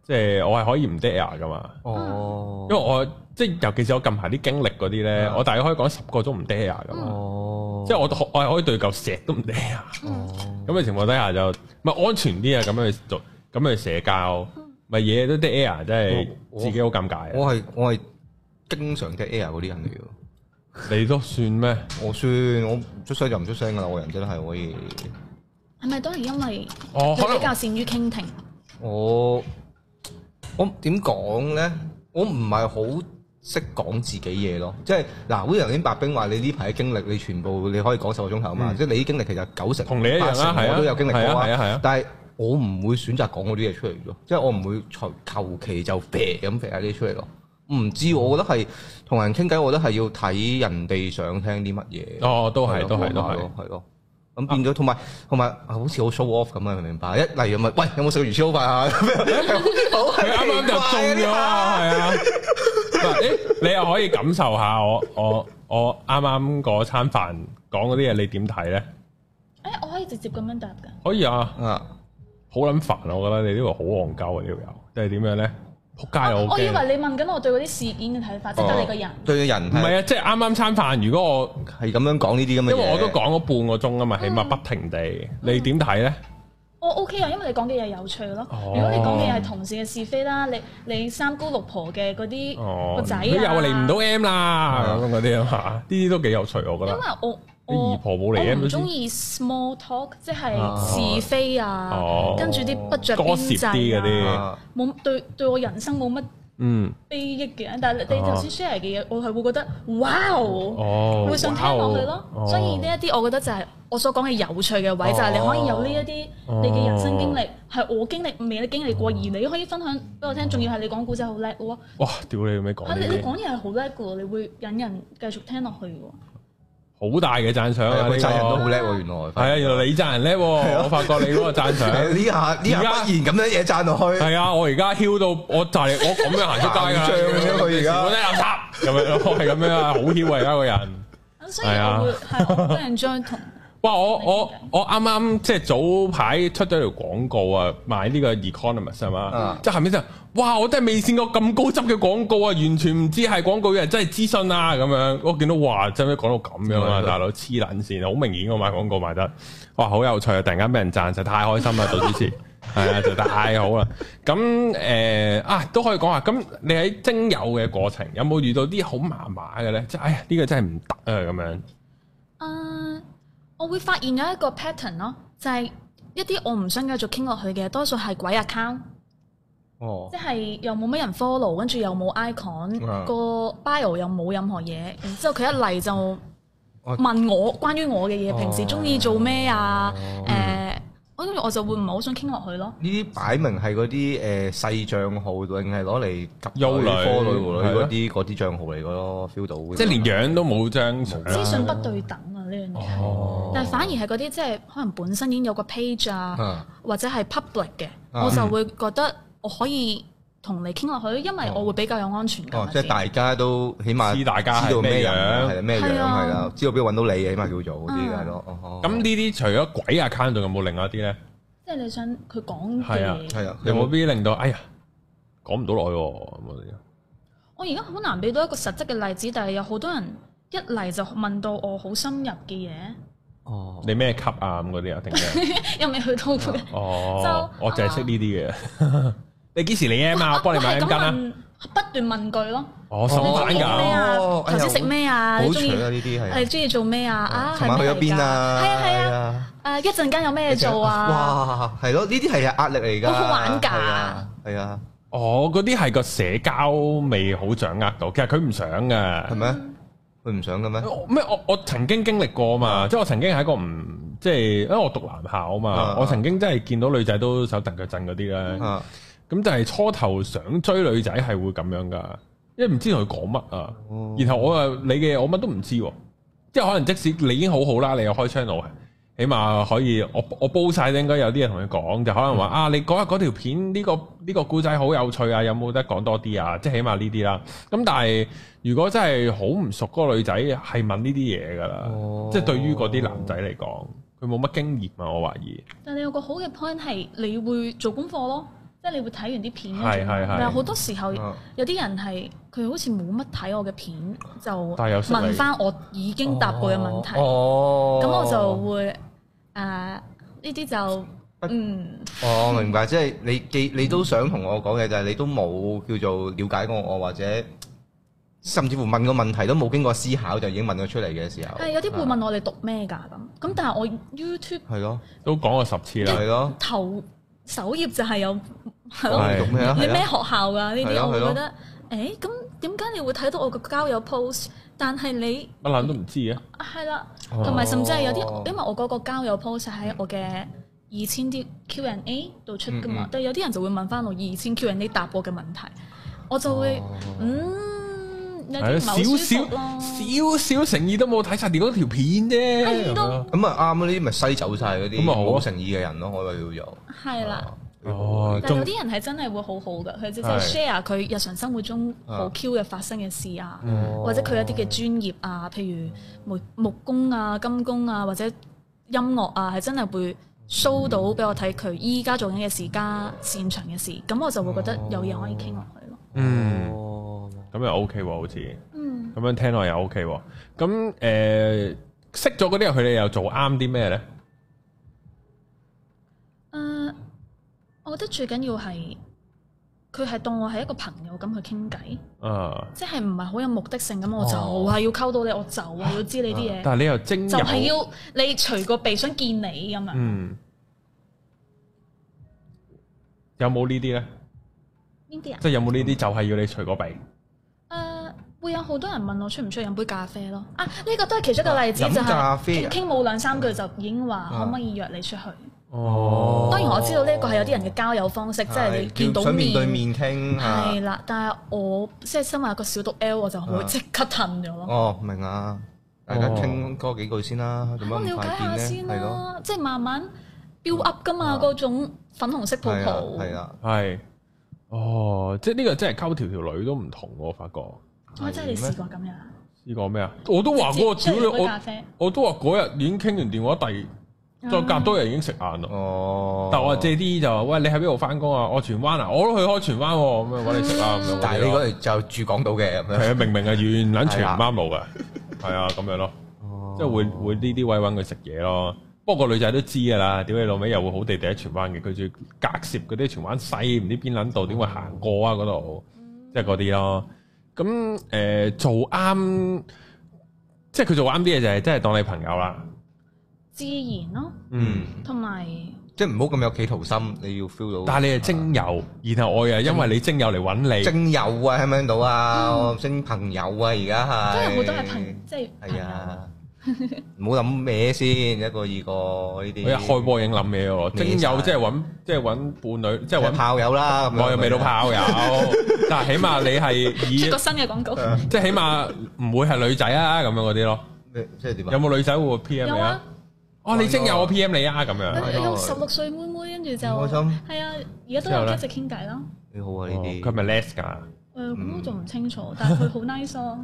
A: 即係我係可以唔 dare 噶嘛。
B: 哦
A: 因為，我即係尤其是我近排啲經歷嗰啲咧
B: 啊，
A: 我大概可以講十個鐘唔 dare 咁嘛，
B: 哦，
A: 即係我都可我係可以對嚿石都唔 dare 咁嘅情況底下就咪安全啲啊，咁樣去做，咁樣去社交，咪嘢都 dare，真係
B: 我
A: 自己好尷尬啊。
B: 我係我係經常嘅 air 嗰啲人嚟嘅。
A: 你都算咩？
B: 我算我唔出聲就唔出聲㗎啦，我人真係可以。
C: 係咪都係因為
A: 我哦可
C: 你比
A: 能
C: 較善於傾聽？
B: 我我點講咧？我唔係好識講自己嘢咯，即係嗱，好似頭先白冰話你呢排嘅經歷，你全部你可以講十個鐘頭啊嘛，即係你啲經歷其實九成
A: 嗯同你一樣啦
B: 八成
A: 係啊
B: 我都有經歷過
A: 係啊係啊係啊
B: 但係我唔會選擇講嗰啲嘢出嚟咯，即係我唔會求求其就啡咁啡下啲出嚟咯。唔知我覺得係同人傾偈，我覺得係要睇人哋想聽啲乜嘢。
A: 哦，都係，
B: 咯
A: 都係，都
B: 望
A: 係啊
B: 下咯。係咯。咁變咗，同埋同埋好似好 show off 咁啊！明唔明白？一嚟就問，喂，有冇食過魚超飯 啊？咁樣好啊
A: 佢啱啱就中咗啊，係啊。嗱，誒，你又可以感受下我我我啱啱嗰餐飯講嗰啲嘢，你點睇咧？
C: 誒，我可以直接咁樣答㗎。
A: 可以啊，
B: 啊！
A: 好撚煩啊！我覺得你呢個好戇鳩啊，呢條友，即係點樣咧？仆街我好
C: 啊我以
A: 驚。
C: 為你問緊我對嗰啲事件嘅
A: 哦
C: 睇法，即係得你個人。
B: 哦對人
A: 唔係
B: 係
A: 啊，即係啱啱餐飯，如果我
B: 係咁樣講呢啲咁嘅嘢。
A: 因為我都講咗半個鐘啊嘛，起碼不停地，
C: 嗯
A: 你點睇咧？
C: 我 OK 啊，因為你講嘅嘢有趣咯。
A: 哦
C: 如果你講嘅嘢係同事嘅是非啦，你你三姑六婆嘅嗰啲
A: 哦
C: 個，仔啊，
A: 佢又嚟唔到 M 啦，咁嗰啲啊嘛，呢啲都幾有趣，我覺
C: 因為
A: 得。啲
C: 我我
A: 姨婆冇嚟啊
C: 我
A: M
C: 唔
A: 都知
C: 中意 small talk，即
B: 哦
C: 係是非啊
A: 哦，
C: 跟住啲不着邊
A: Gossip 啲嗰
C: 際
A: 啲
C: 啊，
B: 啊
C: 冇對對我人生冇乜
A: 嗯，
C: 悲益嘅。但係你頭先 share 嘅嘢，我係會覺得哇，
A: 啊哦，
C: 會想聽落去咯。
A: 哇哦
C: 所以呢一啲，我覺得就係我所講嘅有趣嘅位，
A: 哦
C: 就係你可以有呢一啲
A: 哦
C: 你嘅人生經歷，係我經歷未經歷過，而你可以分享俾我聽。仲要係你講故仔好叻嘅喎，
A: 哇！屌哦你咪講呢
C: 嚇啊你你
A: 啲，
C: 講嘢係好叻嘅喎，你會引人繼續聽落去嘅喎。
A: 好大嘅讚賞
B: 係
A: 啊！
B: 啊佢讚人都
A: 呢
B: 好叻啊喎，原來
A: 個係啊，原來你讚人叻喎，我發覺你嗰個讚賞
B: 呢下啊呢下
A: 而
B: 不
A: 家
B: 然咁樣嘢讚落去，
A: 係啊！我而家囂到我就係我咁樣行出街㗎
B: 膨脹咗
A: 啦，
B: 佢而家
A: 我啲垃圾咁樣咯，係咁樣啊，好囂啊而家個人。
C: 咁所以
A: 係啊
C: 我會係我好 enjoy 同
A: 哇！我我我啱啱即係早排出咗條廣告啊，買呢個 Economist 係嘛
B: 啊，
A: 即係後面就哇！我真係未見過咁高質嘅廣告啊，完全唔知係廣告嘅人真係資訊啊咁樣。我見到哇，真係講到咁樣啊，
B: 嗯
A: 大佬黐撚線，好明顯我買廣告買得哇好有趣啊！突然間俾人讚，就太開心啦，做主持。係啊，就太好啦！咁誒、呃啊，都可以講下。咁你喺精友嘅過程，有冇遇到啲好麻麻嘅咧？即係哎呀，呢、個真係唔得啊咁樣。
C: 誒，啊我會發現有一個 pattern 咯，就係一啲我唔想繼續傾落去嘅，多數係鬼 account。
B: 哦，
C: 即係又冇乜人 follow，跟住又冇 icon，
B: 啊
C: 個 bio 又冇任何嘢，然之後佢一嚟就
B: 我
C: 問我關於我嘅嘢，平時中意做咩啊？
B: 哦
C: 誒，我跟住我就會唔係好想傾落去咯。
B: 呢啲擺明係嗰啲誒呃細帳號，定係攞嚟及
A: 優女
B: 科女狐女嗰啲嗰啲帳號嚟嘅咯，feel 到。
A: 啊即係連樣都冇張相
B: 嗯
C: 資訊不對等啊，呢樣嘢係，
A: 哦
C: 但係反而係嗰啲即係可能本身已經有個 page 啊，
B: 啊
C: 或者係 public 嘅，
B: 啊
C: 我就會覺得我可以同你傾落去，因為我會比較有安全感
B: 哦
C: 一，
B: 即
C: 啲。
B: 係大家都起碼
A: 知大家係
B: 知道咩
A: 咩
B: 人啊，
A: 樣
B: 係啊咩樣
C: 係啊
B: 係啦，知道邊度揾到你嘅，起碼叫做嗰啲
C: 嗯
B: 係咯。哦
A: 咁呢啲除咗鬼 account 仲有冇另外一啲咧？
C: 即係你想佢講嘅
A: 係啊
C: 嘢。
B: 係啊，
A: 有冇啲令到哎呀講唔到耐喎咁嗰啲？啊
C: 我而家好難俾到一個實質嘅例子，但係有好多人一嚟就問到我好深入嘅嘢，
B: 哦
A: 你咩級啊咁嗰啲啊？定 咩？
C: 又未去到
A: 啊
C: 嘅。
A: 哦，
C: 就
A: 我淨係識呢啲嘅。 你幾時嚟 M 啊啊？我哦幫你買 M 巾啦。
C: 問，不斷問句咯。
A: 我手板
C: 你中意
A: 㗎
C: 咩。啊？
B: 哦哎
C: 頭
B: 呀
C: 先食咩啊？
B: 好
C: 你中
B: 長
C: 意
B: 啊呢啲係啊
C: 你中意做咩啊？啊，
B: 琴晚去咗邊啊？
C: 係啊係啊。
B: 啊。
C: 誒，一陣間有咩做啊？！
B: 哇，係咯，呢啲係壓力嚟㗎，
C: 好好玩㗎
B: 係啊，係啊，
A: 哦，嗰啲係個社交未好掌握到，其實佢唔想
B: 係
A: 㗎。
B: 咩？
C: 嗯
B: 佢唔想嘅咩？
A: 咩？我我曾經經歷過嘛，即係我曾經係一個唔即係，因為我讀男校啊嘛
B: 啊，
A: 我曾經真係見到女仔都手震腳震嗰啲
C: 哦
A: 咧。
B: 啊，
A: 咁就係初頭想追女仔係會咁樣噶，因為唔知同佢講乜啊。
B: 哦
A: 然後我啊，你嘅嘢我乜都唔知喎，即係可能即使你已經好好啦，你又開 channel，起碼可以我我煲晒應該有啲嘢同佢講，就可能話
B: 嗯
A: 啊，你嗰日嗰條片呢、個呢、個故仔好有趣啊，有冇得講多啲啊？即係起碼呢啲啦。咁但係如果真係好唔熟嗰個女仔，係問呢啲嘢㗎啦，
B: 哦
A: 即係對於嗰啲男仔嚟講，佢冇乜經驗啊，我懷疑。
C: 但係你有個好嘅 point 係，你會做功課咯，即係你會睇完啲片跟住。
A: 係係係
C: 但係好多時候
B: 啊
C: 有啲人係佢好似冇乜睇我嘅片，就
A: 但係又識你
C: 問翻我已經答過嘅問題。
B: 哦，
C: 咁我就會誒呃呢啲就嗯
B: 哦，明白，即係你既你都想同我講嘅，但係你都冇叫做了解過我，或者甚至乎問個問題都冇經過思考就已經問咗出嚟嘅時候，
C: 係有啲會問我哋讀咩㗎咁，咁但係我 YouTube
B: 係咯，
A: 都講過十次啦。
B: 係咯，
C: 頭首頁就係有係
A: 哦
C: 咯，
B: 你讀咩啊？
C: 你
B: 係
C: 咩
B: 咯，
C: 學校㗎呢
B: 係啊
C: 啲，
B: 咯
C: 我
B: 係
C: 會
B: 咯
C: 覺得誒咁點解你會睇到我個交友 post，但係你
A: 乜撚都唔知嘅。
C: 係啦，
A: 哦
C: 同埋甚至係有啲
B: 哦
C: 因為我嗰個交友 post 係喺我嘅二千啲 Q&A 度出噶
A: 嗯
C: 嘛，但係有啲人就會問翻我二千 Q&A 答我嘅問題，我就會
A: 哦係啊
C: 嗯有啲唔係好舒
A: 少少
C: 服
A: 少
C: 咯。
A: 少誠意都冇睇晒電嗰條片啫，
C: 係咯
B: 咁啊啱嗰啲咪篩走晒嗰啲
A: 咁啊好啊
B: 冇誠意嘅人咯，我以為要做。
C: 係啦，
A: 哦，
C: 但係有
A: 仲
C: 啲人係真係會好好嘅，佢即係
A: 係
C: share 佢日常生活中好
B: 啊
C: Q 嘅發生嘅事啊，
A: 嗯
C: 或者佢一啲嘅專業啊，譬如木木工啊、金工啊，或者音樂啊，係真係會 show 到俾我睇佢依家做緊嘅事加擅長嘅事，咁我就會覺得有嘢可以傾落去咯。
A: 嗯，
D: 哦，
A: 咁又 OK 喎，好似
C: 嗯，
A: 咁樣聽落又 OK 喎。咁誒識咗嗰啲人，佢哋又做啱啲咩咧？
C: 誒，呃我覺得最緊要係佢係當我係一個朋友咁去傾偈，
A: 啊，
C: 即係唔係好有目的性咁，我就係要溝到你，我就哦係要知你啲嘢。
A: 但係你又精
C: 就係
A: 友，
C: 要你除個鼻想見你咁樣，
A: 嗯，有冇呢啲咧？
C: 邊啲人？
A: 即係有冇呢啲就係要你除個鼻？
C: 誒，呃會有好多人問我出唔出去飲杯咖啡咯。啊，呢個都係其中一個例子，
B: 飲
C: 就係
B: 咖啡
C: 傾
B: 啊
C: 傾冇兩三句就已經話可唔可以約你出去。
A: 哦
C: 當然我知道呢個係有啲人嘅交友方式，即係你見到
B: 想面對
C: 面
B: 面傾
C: 係
B: 嚇。
C: 啦，但係我即係身為一個小讀 L，我就會
B: 啊
C: 即刻褪咗咯。
B: 哦，明啊，大
A: 哦
B: 家傾多幾句先啦，做
C: 咁
B: 乜咁
C: 了解
B: 快
C: 下
B: 見
C: 先
B: 呢？係咯，
C: 啦，即係慢慢 build up 噶嘛，
B: 啊
C: 嗰種粉紅色泡
B: 係
C: 泡
B: 啊，係啊，
A: 係，哦，即係呢個真係溝條條女都唔同喎，我發覺。
C: 我真係你
B: 係咩
C: 試過咁樣，
A: 呢個咩啊？我都話嗰個屌
C: 直接出
A: 你，
C: 嚟杯咖
A: 我
C: 啡，
A: 我都話嗰日已經傾完電話，第再隔多日已經食晏啦。
B: 哦。
A: 但我話借啲就話，喂，你喺邊度翻工啊？我荃灣啊，我都去開荃灣喎，咁樣揾你食啦。咁樣啊
B: 但係你嗰度就住港島嘅咁樣。
A: 係啊，明明係遠撚
B: 係
A: 荃
B: 啦
A: 啱路嘅，係啊，咁樣咯，即係會
B: 哦
A: 會呢啲位揾佢食嘢咯。不過個女仔都知㗎啦，屌你老味又會好地地喺荃灣嘅，佢仲要隔涉嗰啲荃灣西唔知邊撚度，點會行過啊嗰度？
B: 嗯
A: 即係嗰啲咯。咁誒、呃做啱，即係佢做啱啲嘢就係真係當你朋友啦。
C: 自然咯，
A: 嗯，
C: 同埋
B: 即係唔好咁有企圖心，你要 feel 到。
A: 但係你係精友，然後我又因為你精友嚟揾你。嗯
B: 精友啊，喺唔喺到啊？我精朋友啊，而家係。
C: 都有好多係朋，即係朋
B: 係
C: 友
B: 啊， 唔好諗咩先，一個二個呢啲。
A: 我一開波已經諗嘢喎，
B: 咩
A: 精友
B: 晒
A: 即係揾即係揾伴侶，即係
B: 即
A: 揾
B: 係炮友啦，咁樣
A: 我又未到炮 友，但係起碼你係以
C: 出個新嘅廣告，
B: 啊
A: 即係起碼唔會係女仔啊咁樣嗰啲咯。
B: 咩，即係點啊？
A: 有冇女仔會 P M
C: 有
A: 你
C: 啊
A: 啊？，哦，你精有我 P M 你啊咁
C: 有
A: 樣。
B: 係
C: 有
B: 啊
C: 十六歲妹妹，跟住就
B: 唔開心
C: 係啊，而家都
A: 之後
C: 有
A: 呢
C: 一直傾偈啦。
B: 幾好啊呢
A: 哦
B: 啲。
A: 佢係咪 les 㗎？
C: 誒，咁
B: 嗯
C: 我仲唔清楚，但係佢 好 nice 咯。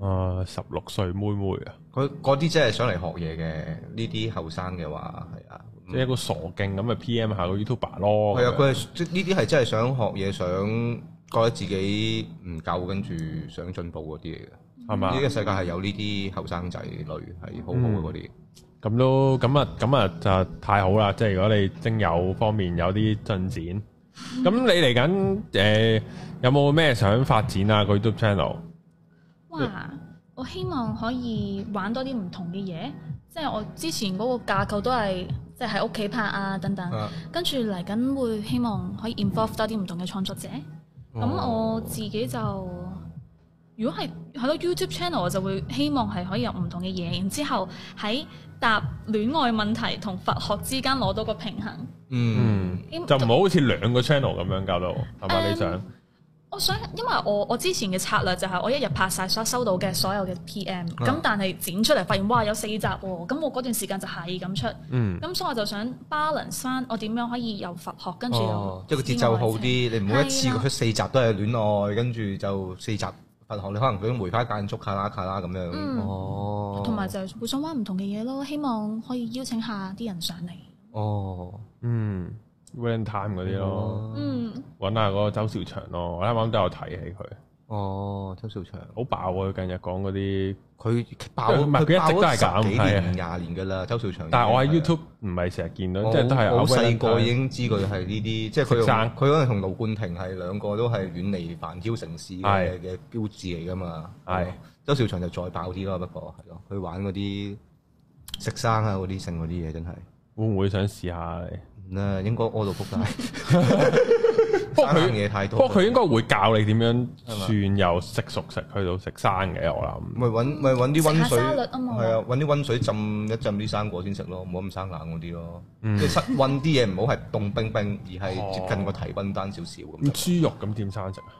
A: 啊，十六歲妹妹啊，
B: 佢嗰啲真係想嚟學嘢嘅，呢啲後生嘅話係啊，
A: 即係一個傻勁咁咪 P M 下個 YouTuber 咯。
B: 係啊，
A: 咁樣
B: 佢係即係呢啲係真係想學嘢，想覺得自己唔夠，跟住想進步嗰啲嚟嘅。
A: 係嘛嗯
B: 呢？個世界係有呢啲後生仔女係好好嘅嗰啲，
A: 咁都咁啊咁啊就太好啦！即係如果你精友方面有啲進展，咁你嚟緊誒有冇咩想發展啊？個 YouTube channel
C: 哇！我希望可以玩多啲唔同嘅嘢，即係我之前嗰個架構都係即係喺屋企拍啊等等，
B: 啊
C: 跟住嚟緊會希望可以 involve 多啲唔同嘅創作者。咁、
B: 哦
C: 我自己就如果係係咯 YouTube channel，我就會希望係可以有唔同嘅嘢，然之後喺答戀愛問題同佛學之間攞到個平衡。
B: 嗯，
C: 因
A: 就唔好好似兩個 channel 咁樣搞到係嘛？你想？
C: 我想，因為我我之前嘅策略就係我一日拍晒所收到嘅所有嘅 PM，咁、但係剪出嚟發現哇有四集喎、咁我嗰段時間就係咁出，咁、
A: 嗯
C: 所以我就想 balance 翻我點樣可以有佛學，跟住又
B: 哦，即係個節奏好啲，你唔好一次過
C: 係啊
B: 出四集都係戀愛，跟住就四集佛學，你可能佢梅花間竹卡啦卡啦咁樣。
C: 嗯，
D: 哦，
C: 同埋、就會想玩唔同嘅嘢咯，希望可以邀請下啲人上嚟，
D: 哦，
A: 嗯 r a n time 嗰啲
B: 哦
A: 咯，
C: 嗯，
A: 揾下嗰個周兆祥咯，我啱啱都有提起佢，
D: 哦，
B: 周兆祥，
A: 好爆啊！佢近日講嗰啲，
B: 佢爆
A: 唔係佢一直
B: 爆咗
A: 都係咁
B: 十幾
A: 係啊
B: 年廿年㗎啦，周兆祥。
A: 但係我喺
B: 係啊
A: YouTube 唔係成日見到，
B: 我
A: 即係都係阿
B: 我好
A: Wayland
B: 細個已經知佢係呢啲，即係佢
A: 食生
B: 佢可能同盧冠廷係兩個都係遠離繁囂城市
A: 係
B: 嘅嘅標誌嚟噶嘛。
A: 係
B: 咯周兆祥就再爆啲咯，不過係咯，佢玩嗰啲食生啊嗰啲剩嗰啲嘢真係，嗯啊
A: 會唔會想試下你？
B: 唔啦應該屙到撲街。
A: 嗯 不過
B: 生
A: 佢
B: 冷嘢太多
A: 不過佢應該會教你點樣
B: 係嘛
A: 算由食熟食去到食生嘅，我諗。
B: 咪揾咪揾啲温
C: 食下
B: 水，
C: 沙律啊嘛
B: 係啊，揾啲温水浸一浸啲生果先食咯，唔好咁生冷嗰啲咯。
A: 嗯
B: 即係室温啲嘢唔好係凍冰冰，而係接近個體温單少少咁
A: 咁
B: 就。
A: 豬肉咁點生食啊？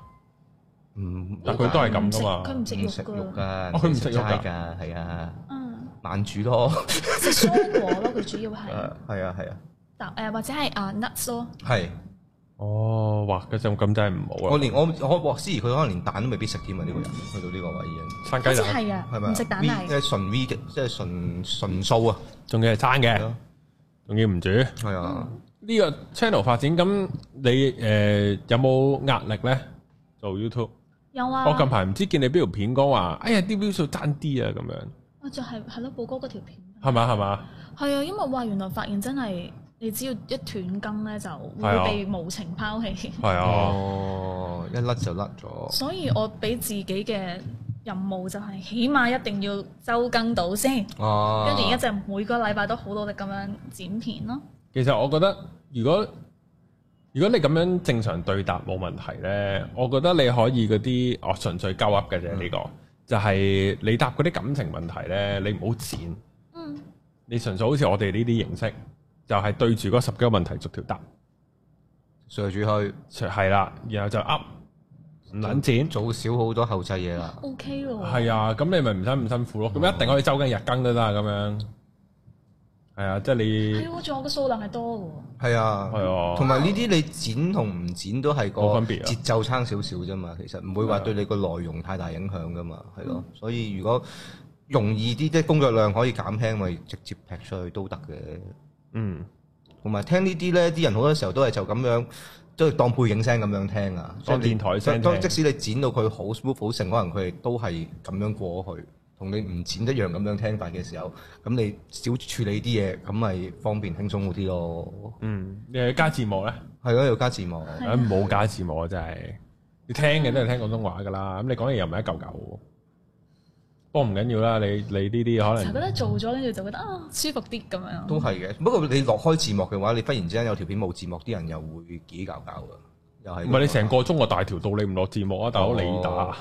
B: 嗯，
A: 但佢都係咁㗎嘛
C: 佢唔食
B: 唔食
C: 佢
B: 肉
C: 唔食肉㗎。
B: 㗎，
A: 哦佢唔食肉㗎
B: 齋㗎，係啊，
C: 嗯，
B: 慢煮咯，
C: 食蔬果咯，佢主要
B: 係
C: 係
B: 啊，係啊，
C: 但誒或者係啊 nuts 咯，
B: 係。
A: 哦，哇！嗰陣咁真係唔好啊，
B: 我連我我哇，思怡佢可能連蛋都未必食添啊！呢個人去到呢個位已經
A: 生
C: 好
A: 雞
C: 似
A: 蛋
C: 係
B: 係
C: 啊
B: 咪，啊
C: 唔食蛋
B: V- 即
C: 奶，
B: 係純 V 嘅，即係純純素啊，
A: 仲要係生
B: 係
A: 嘅，
B: 咯，
A: 仲要唔煮。
B: 係啊。
A: 呢個 channel 發展咁，你誒、呃有冇壓力咧？做 YouTube，、
C: 有啊，
A: 我近排唔知見你邊條片講話，哎呀啲 view 數爭啲啊咁樣，
C: 我哦就係係咯，寶哥嗰條片，
A: 係嘛係嘛？
C: 係啊，因為哇，原來發現真係你只要一斷更咧，就
A: 係啊
C: 會被無情拋棄。
A: 係啊，
B: 哦，一甩就甩咗。
C: 所以我俾自己嘅任務就係，起碼一定要周更到先，
A: 啊
B: 哦，
C: 跟住而家就每個禮拜都好努力咁樣剪片咯。
A: 其實我覺得如果如果你咁樣正常對答冇問題咧，我覺得你可以嗰啲哦純粹鳩噏嘅啫，呢、個就係、你答嗰啲感情問題咧，你唔好剪，
C: 嗯，
A: 你純粹好似我哋呢啲形式，就係、對住嗰十幾個問題逐條答，
B: 上住去，
A: 係啦，然後就噏唔撚剪。
B: 做少好多後製嘢啦。
C: OK 咯。
A: 係啊，咁你咪唔使咁辛苦咯。咁一定可以周更日更都得啊咁樣。係啊，即係
C: 係
A: 你
C: 喎，仲有個數量係多嘅喎。
B: 係啊，
A: 係啊
B: 同埋呢啲你剪同唔剪都係個
A: 冇分別啊啊
B: 節奏差少少啫嘛，其實唔會話對你個內容太大影響噶嘛，係咯。所以如
A: 嗯
B: 果容易啲，即係工作量可以減輕，咪直接劈出去都得嘅。
A: 嗯
B: 同埋聽呢啲咧，啲人好多時候都係就咁樣，都係當背景聲咁樣聽啊。
A: 當
B: 即係你
A: 哦電台聲聽
B: 當即使你剪到佢好 smooth 好成，可能佢哋都係咁樣過去，同你唔剪一樣咁樣聽法嘅時候，咁你少處理啲嘢，咁咪方便輕鬆好啲咯。
A: 嗯，你係加字幕咧？
B: 係咯，要加字幕。
C: 係
A: 唉冇加字幕啊，真係。你聽嘅都係聽廣東話噶啦，咁你講嘢又唔係一嚿嚿。不過唔緊要啦，你你呢啲可
C: 成
A: 能
C: 日覺得做咗，跟住就覺得啊舒服啲咁樣。
B: 都係嘅，不過你落開字幕嘅話，你忽然之間有條片冇字幕，啲人又會幾幾搞搞噶，又係。
A: 唔係你成個鐘我大條道你唔落字幕啊，大佬你
B: 哦
A: 打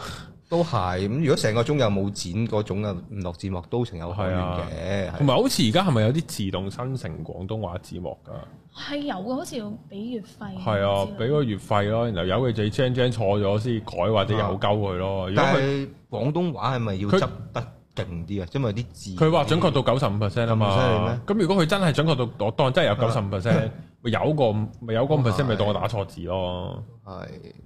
B: 都係咁，如果成個鐘又冇剪嗰種啊，唔落字幕都情有可原嘅。係
A: 同埋好似而家係啊咪有啲自動生成廣東話字幕㗎？
C: 係有嘅，好似要俾月費。
A: 係啊
C: 唔知，
A: 俾個月費咯，然後由佢自己 change change 錯咗先改或者有鳩佢咯。如果
B: 但
A: 佢
B: 係廣東話係咪要
A: 佢
B: 執得勁啲啊？因為啲字
A: 佢話準確到九十五 percent 啊嘛，咁如果佢真係準確到我當真係有九十五 percent，咪有個咪有個 percent 咪當我打錯字咯，
B: 係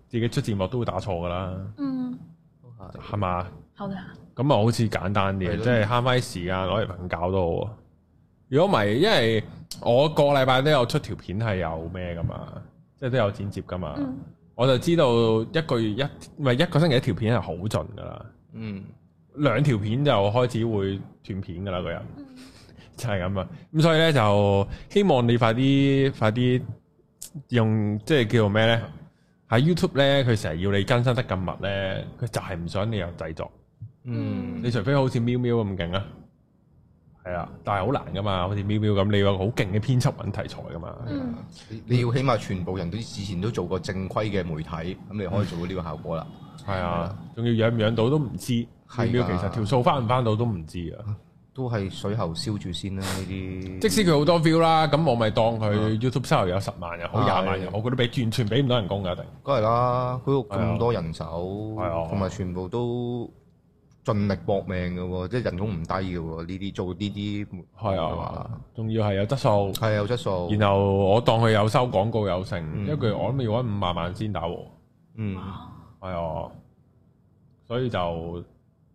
A: 自己出字幕都會打錯噶啦，
C: 嗯，
B: 都係
A: 係嘛？
C: 好嘅。
A: 咁啊好似簡單
B: 係
A: 啲，
B: 咯
A: 即係慳翻啲時間攞嚟瞓覺都好啊。如果唔係，因為我個禮拜都有出條片係有咩噶嘛，即係都有剪接噶嘛，
C: 嗯
A: 我就知道一個月一唔係一個星期一條片係好盡噶啦。
B: 嗯
A: 兩條片就開始會斷片噶啦，個人
C: 嗯
A: 就係咁啊。咁所以咧就希望你快啲快啲用即係叫做咩咧？喺 YouTube 咧，佢成日要你更新得咁密咧，佢就係唔想你有製作。
B: 嗯
A: 你除非好似喵喵咁勁啊，係啊，但係好難噶嘛。好似喵喵咁，你有個好勁嘅編輯揾題材噶嘛。
C: 嗯，
B: 你你要起碼全部人都之前都做過正規嘅媒體，咁你可以做到呢個效果啦。
A: 係啊，仲要養唔養到都唔知。
B: 係
A: 喵
B: 㗎
A: 喵其實條數翻唔翻到都唔知啊。
B: 都係水喉燒住先啦，呢啲
A: 即使佢好多 view 啦，咁我咪當佢 YouTube 收入有十萬又好
B: 係
A: 廿萬又好，佢都俾完全俾唔到人工噶，一定
B: 梗係啦，佢度
A: 係啊
B: 咁多人手，
A: 啊
B: 同埋全部都盡力搏命嘅喎，即係人工唔低嘅喎。呢啲做呢啲
A: 係啊，嗯仲要係有質素。
B: 係啊有質素。
A: 然後我當佢有收廣告有剩，
B: 嗯
A: 一個月我諗要揾五萬萬先打和，
B: 嗯，
A: 係啊，所以就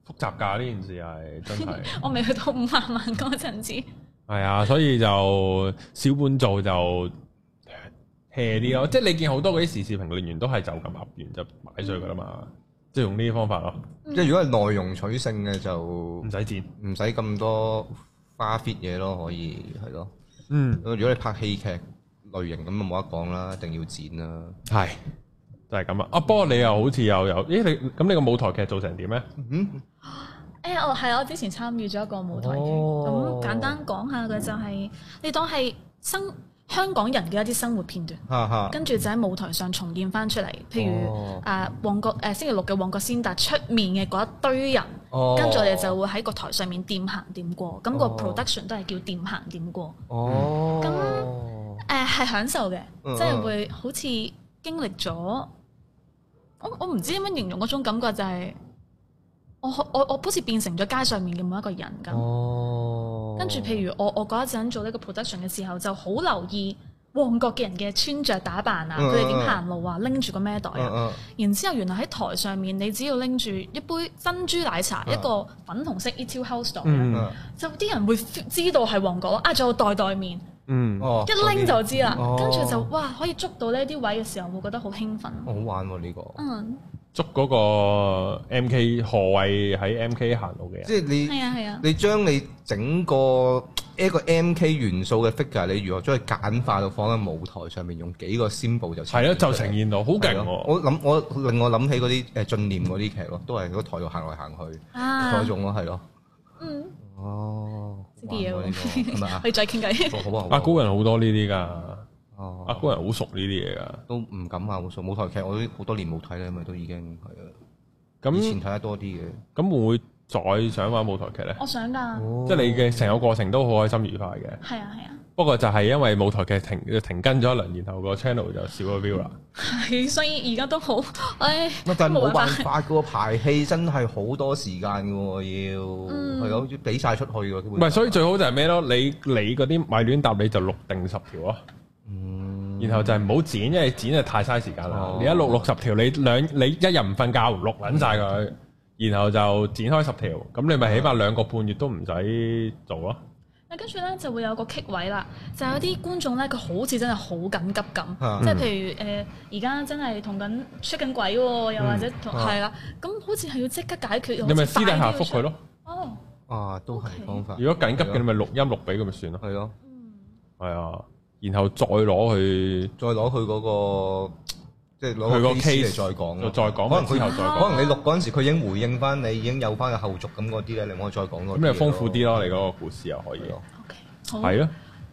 A: 複雜㗎呢件事係真 係，
C: 我未去到五萬萬嗰陣時，
A: 係啊，所以就小本做就呃 hea 啲
B: 嗯
A: 咯，即係你見好多嗰啲時事評論員都係就咁噏完就買水㗎啦嘛，即係用呢啲方法咯，
B: 即係如果係內容取勝嘅就
A: 唔
B: 唔
A: 使剪，
B: 使咁多花 fit 嘢咯，可以係咯。
A: 嗯。
B: 如果你拍戲劇類型咁，就冇得講啦，一定要剪啦。
A: 系就係咁啊！啊，不過你又好似又有，咦？你咁你個舞台劇做成點咧？
B: 嗯，
C: 誒、我係啊我之前參與咗一個舞台劇，咁、
A: 哦
C: 簡單講下嘅就係、你當係生香港人嘅一啲生活片段，
B: 哈哈，
C: 跟住就喺舞台上重現翻出嚟。譬如
D: 哦
C: 誒旺角誒星期六嘅旺角先達出面嘅嗰一堆人，
D: 哦
C: 跟住我哋就會喺個台上面掂行掂過，咁個
D: 哦
C: production 都係叫掂行掂過。
D: 哦，
C: 誒係享受嘅，
B: 嗯
C: 即係會好似經歷咗，我我唔知點樣形容嗰種感覺就係、我好我我好似變成咗街上面嘅每一個人咁。
D: 哦，
C: 跟住譬如我我嗰一陣做呢個 production 嘅時候，就好留意旺角嘅人嘅穿着打扮啊，
B: 嗯
C: 佢哋點行路啊，拎住個咩袋
B: 嗯
C: 啊。
B: 嗯
C: 然之後原來喺台上面，你只要拎住一杯珍珠奶茶，
B: 嗯
C: 一個粉紅色 Etude House 袋，
A: 嗯
B: 嗯
C: 就啲人會 feel- 知道係旺角咯。啊，仲有袋袋面。
A: 嗯，
B: 哦，
C: 一拎就知啦，
D: 哦
C: 跟住就哇可以捉到呢啲位嘅時候，會覺得好興奮。
B: 好玩喎呢個，
C: 嗯，
A: 捉嗰個 M K 何謂喺 M K 行路嘅人，
B: 即係你
C: 係啊係啊，
B: 你將你整個一個 MK 元素嘅 figure，你如何將佢簡化到放喺舞台上面，用幾個 symbol 就
A: 係咯，就呈
B: 現
A: 現到好
B: 出嚟。
A: 勁
B: 係咯
A: 喎。
B: 我諗我令我諗起嗰啲誒進念嗰啲劇咯，都係喺個台度行來行去
C: 啊
B: 嗰，種咯，係咯。
C: 嗯，
D: 哦，
C: 呢啲嘢
B: 玩過呢個
C: 喎
B: 係咪啊
C: 可？以再 傾偈。
B: 好啊好啊，
A: 阿高人好多呢啲噶，
D: 哦，
A: 阿高人好熟呢啲嘢噶。
B: 都唔敢話好熟舞台劇，我都好多年冇睇啦，因為都已經係啊。以前
A: 咁
B: 睇得多啲嘅，
A: 咁會唔會再想玩舞台劇咧？
C: 我想㗎，
B: 哦
A: 即係你嘅成個過程都好開心愉快嘅，
C: 係啊係啊，
A: 不過就係因為舞台劇停停更咗一輪，然後個 channel 就少咗 view 啦。
C: 係，所以而家都好，唉，
B: 乜但係冇辦
C: 冇辦
B: 法嘅喎，排戲真係好多時間嘅喎，要
C: 嗯
B: 係啊好似俾晒出去嘅喎，基
A: 唔
B: 本
A: 係，
B: 上
A: 所以最好就係咩咯？你你嗰啲咪亂答你就錄定十條咯，
B: 嗯
A: 然後就係唔好剪，因為剪就太嘥時間啦
B: 哦。
A: 你一錄六十條，你兩你一日唔瞓覺錄撚晒佢，然後就剪開十條，咁
B: 啊
A: 你咪起碼兩個半月都唔使做咯。
C: 嗱跟住咧就會有個棘位啦，就有啲觀眾咧佢好似真係好緊急
B: 啊
C: 咁，即係譬如誒而家真係同緊出緊鬼喎，又或者同
B: 啊
C: 係啦，咁好似係要即刻解決，又
A: 嗯你咪
C: 好
A: 私底
C: 似快
A: 下
C: 啲要
A: 覆佢咯。
C: 哦，
B: 啊，都係啊
C: OK
B: 方法。
A: 如果緊急嘅，你咪錄音錄俾佢咪算咯。
B: 係咯，
C: 嗯，
A: 係啊，然後再攞去
B: 再攞佢嗰個即係攞
A: 佢個
B: case
A: case
B: 嚟再講咯，
A: 再講
B: 可能
A: 之後
B: 佢
A: 再
C: 啊
A: 講，
B: 可能你錄嗰陣時，佢已經回應翻你，已經有翻個後續咁嗰啲咧，你可以再講
A: 咁
B: 咁
A: 你豐富啲咯，你嗰個故事又可以
B: 係咯
C: OK，好，
A: 係咯，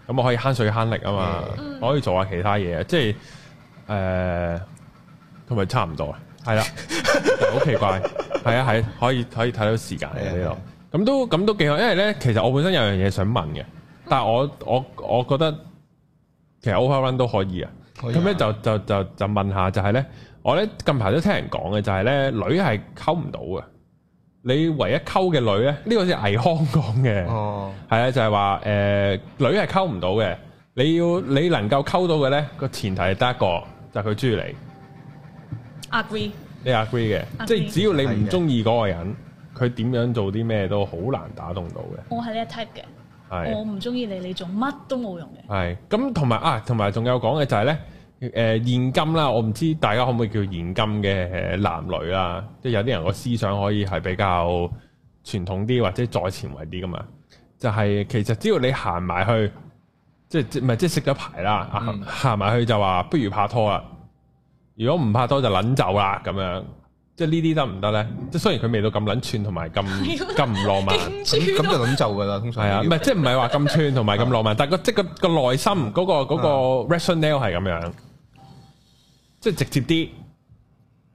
A: 咁我可以慳水慳力啊嘛，
C: 嗯
A: 我可以做下其他嘢，即係誒，同埋差唔多啊，係啦，但係 好奇怪，係啊係，可以可以睇到時間
B: 係啊
A: 嘅呢度，咁都咁都幾好，因為咧其實我本身有樣嘢想問嘅，但係我我我覺得其實 overrun 都可以啊。
B: 可以啊
A: 咁咧就就就就問下就係咧，我咧近排都聽人講嘅就係咧，女係溝唔到嘅。你唯一溝嘅女咧，呢、個先係倪康講嘅，係
B: 哦，
A: 啊、就係話誒女係溝唔到嘅。你要你能夠溝到嘅咧，個前提係得一個，就係佢中意你，
C: agree，
A: 你 agree 嘅。
C: Agree
A: 即係只要你
B: 係
A: 唔
B: 嘅
A: 中意嗰個人，佢點樣做啲咩都好難打動到嘅。
C: 我係呢一 type 嘅。
A: 係。
C: 我唔中意你，你做乜都冇用嘅。
A: 係咁，同埋啊，同埋仲有講嘅就係咧，誒、呃、現今啦，我唔知大家可唔可以叫現今嘅呃男女啦，即係有啲人個思想可以係比較傳統啲或者再前衞啲噶嘛。就係、其實只要你行埋去，即係即唔係即係識咗牌啦，啊
B: 嗯
A: 行埋、去就話不如拍拖啦。如果唔拍拖就撚走啦咁樣，即係呢啲得唔得咧？即係雖然佢未到咁撚串同埋咁咁唔浪 漫。
B: 咁
C: 勁
B: 咁
C: 豬
B: 就咁就㗎啦，通
A: 系
B: 常
A: 啊，唔
B: 要
A: 係即係唔係話咁串同埋咁浪漫，但係個即係個個內心嗰個嗰個 rationale 係咁樣，即係直接啲，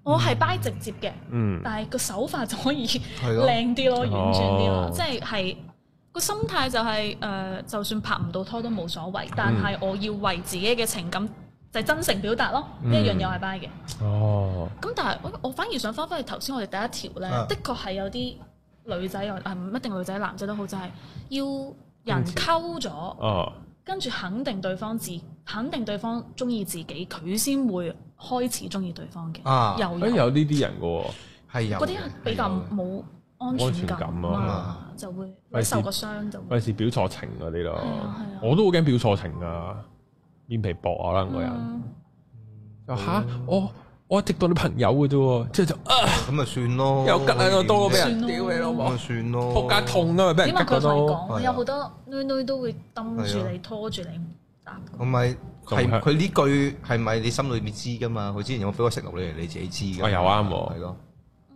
C: 我係 buy 直接嘅，
A: 嗯，
C: 但係個手法就可以
B: 係咯
C: 靚啲咯，婉轉啲
A: 哦
C: 咯，即係係個心態就係、呃就算拍唔到拖都冇所
B: 嗯
C: 謂，但係我要為自己嘅情感就係真誠表達咯，
B: 嗯
C: 呢一樣又係 buy 嘅。
A: 哦，
C: 咁但係我我反而想翻返去頭先我哋第一條咧，
B: 啊
C: 的確係有啲女仔又啊唔一定女仔男仔都好，就係、要人溝咗。
A: 哦，
C: 跟住肯定對方自肯定對方中意自己，佢先會開始中意對方嘅。
B: 啊
C: 又
A: 誒哎有呢啲人嘅喎，
B: 係有
C: 嗰啲人比較
B: 係有
C: 冇安全感
A: 安全感
B: 啊
C: 嘛，就會
A: 費事
C: 受個傷就會。
A: 費事表錯情嗰啲咯
C: 係啊係啊，
A: 我都好驚表錯情啊，面皮薄啊，可能個人
C: 嗯
A: 就吓我我一直當你朋友嘅啫喎，之後就啊
B: 咁咪算咯，
A: 有吉啊，我多過俾
B: 點
A: 人
C: 算
A: 屌
C: 咯
A: 你老母
B: 咁，咪算咯，
A: 仆街痛啊，俾
C: 點
A: 人
C: 解
A: 吉
C: 佢
A: 嗰
C: 同
A: 都，
C: 你
B: 係啊
C: 講，有好多女女都會揼
B: 係
C: 住
B: 啊
C: 你拖住你唔答。
B: 同埋
A: 仲
B: 係
A: 係
B: 佢呢句係咪你心裏面知噶嘛？佢之前有冇俾個 signal 你，你自己知㗎嘛。
A: 啊有啱喎
B: 係咯。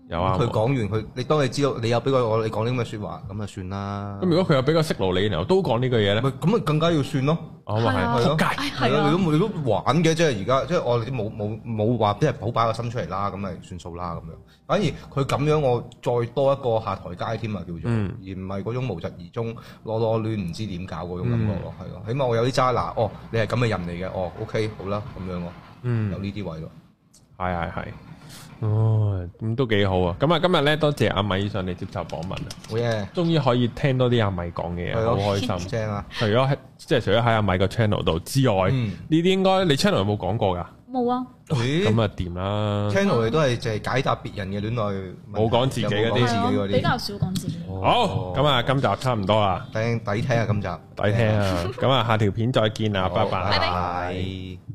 A: 有啊，
B: 佢講完佢，你當你知道你有俾個我你講啲咁嘅説話，咁就算啦。啊
A: 咁如果佢有俾個息路你，然後都講呢句嘢咧
B: 咪，咁咪更加要算咯。
A: 我話係
C: 係
A: 仆
B: 啊
A: 街，
C: 唉
B: 係
C: 係
B: 咯，
C: 啊
B: 如，果如果玩嘅即係而家，即係我哋冇冇冇話即係好擺個心出嚟啦，咁咪算數啦咁樣。反而佢咁樣，我再多一個下台階添啊，叫做，
A: 嗯
B: 而唔係嗰種無疾而終、攞攞亂唔知點搞嗰種感覺
A: 嗯
B: 咯，係咯、起碼我有啲渣拿，哦，你係咁嘅人嚟嘅，哦，OK，好啦，咁樣咯，
A: 嗯
B: 有。呢啲位咯。
A: 係係係，哦，咁都幾好啊！咁啊，今日咧多謝阿米上嚟接受訪問啊，
B: 好嘢，
A: 終於可以聽多啲阿米講嘅嘢，
B: Oh 係
A: 好
B: 咯
A: 開心。
B: 正啊！
A: 除咗喺即係除咗喺阿米個 channel 度之外，呢
B: 嗯
A: 啲應該你 channel 有冇講過㗎？
C: 冇啊，
B: 咁
A: 咁啊掂啦。
B: channel 你都係就係解答別人嘅戀愛問題，
A: 冇講自己嗰啲
B: 有冇
C: 係
B: 講
C: 啊
B: 自己
C: 比
B: 嗰
C: 較少講自己。
A: 好，咁啊，今集差唔多啦，
B: 啲，抵抵聽啊今集，
A: 抵聽啊！咁啊，下條片再見啦，
B: 好，
A: 拜拜。
C: 拜拜
B: 拜。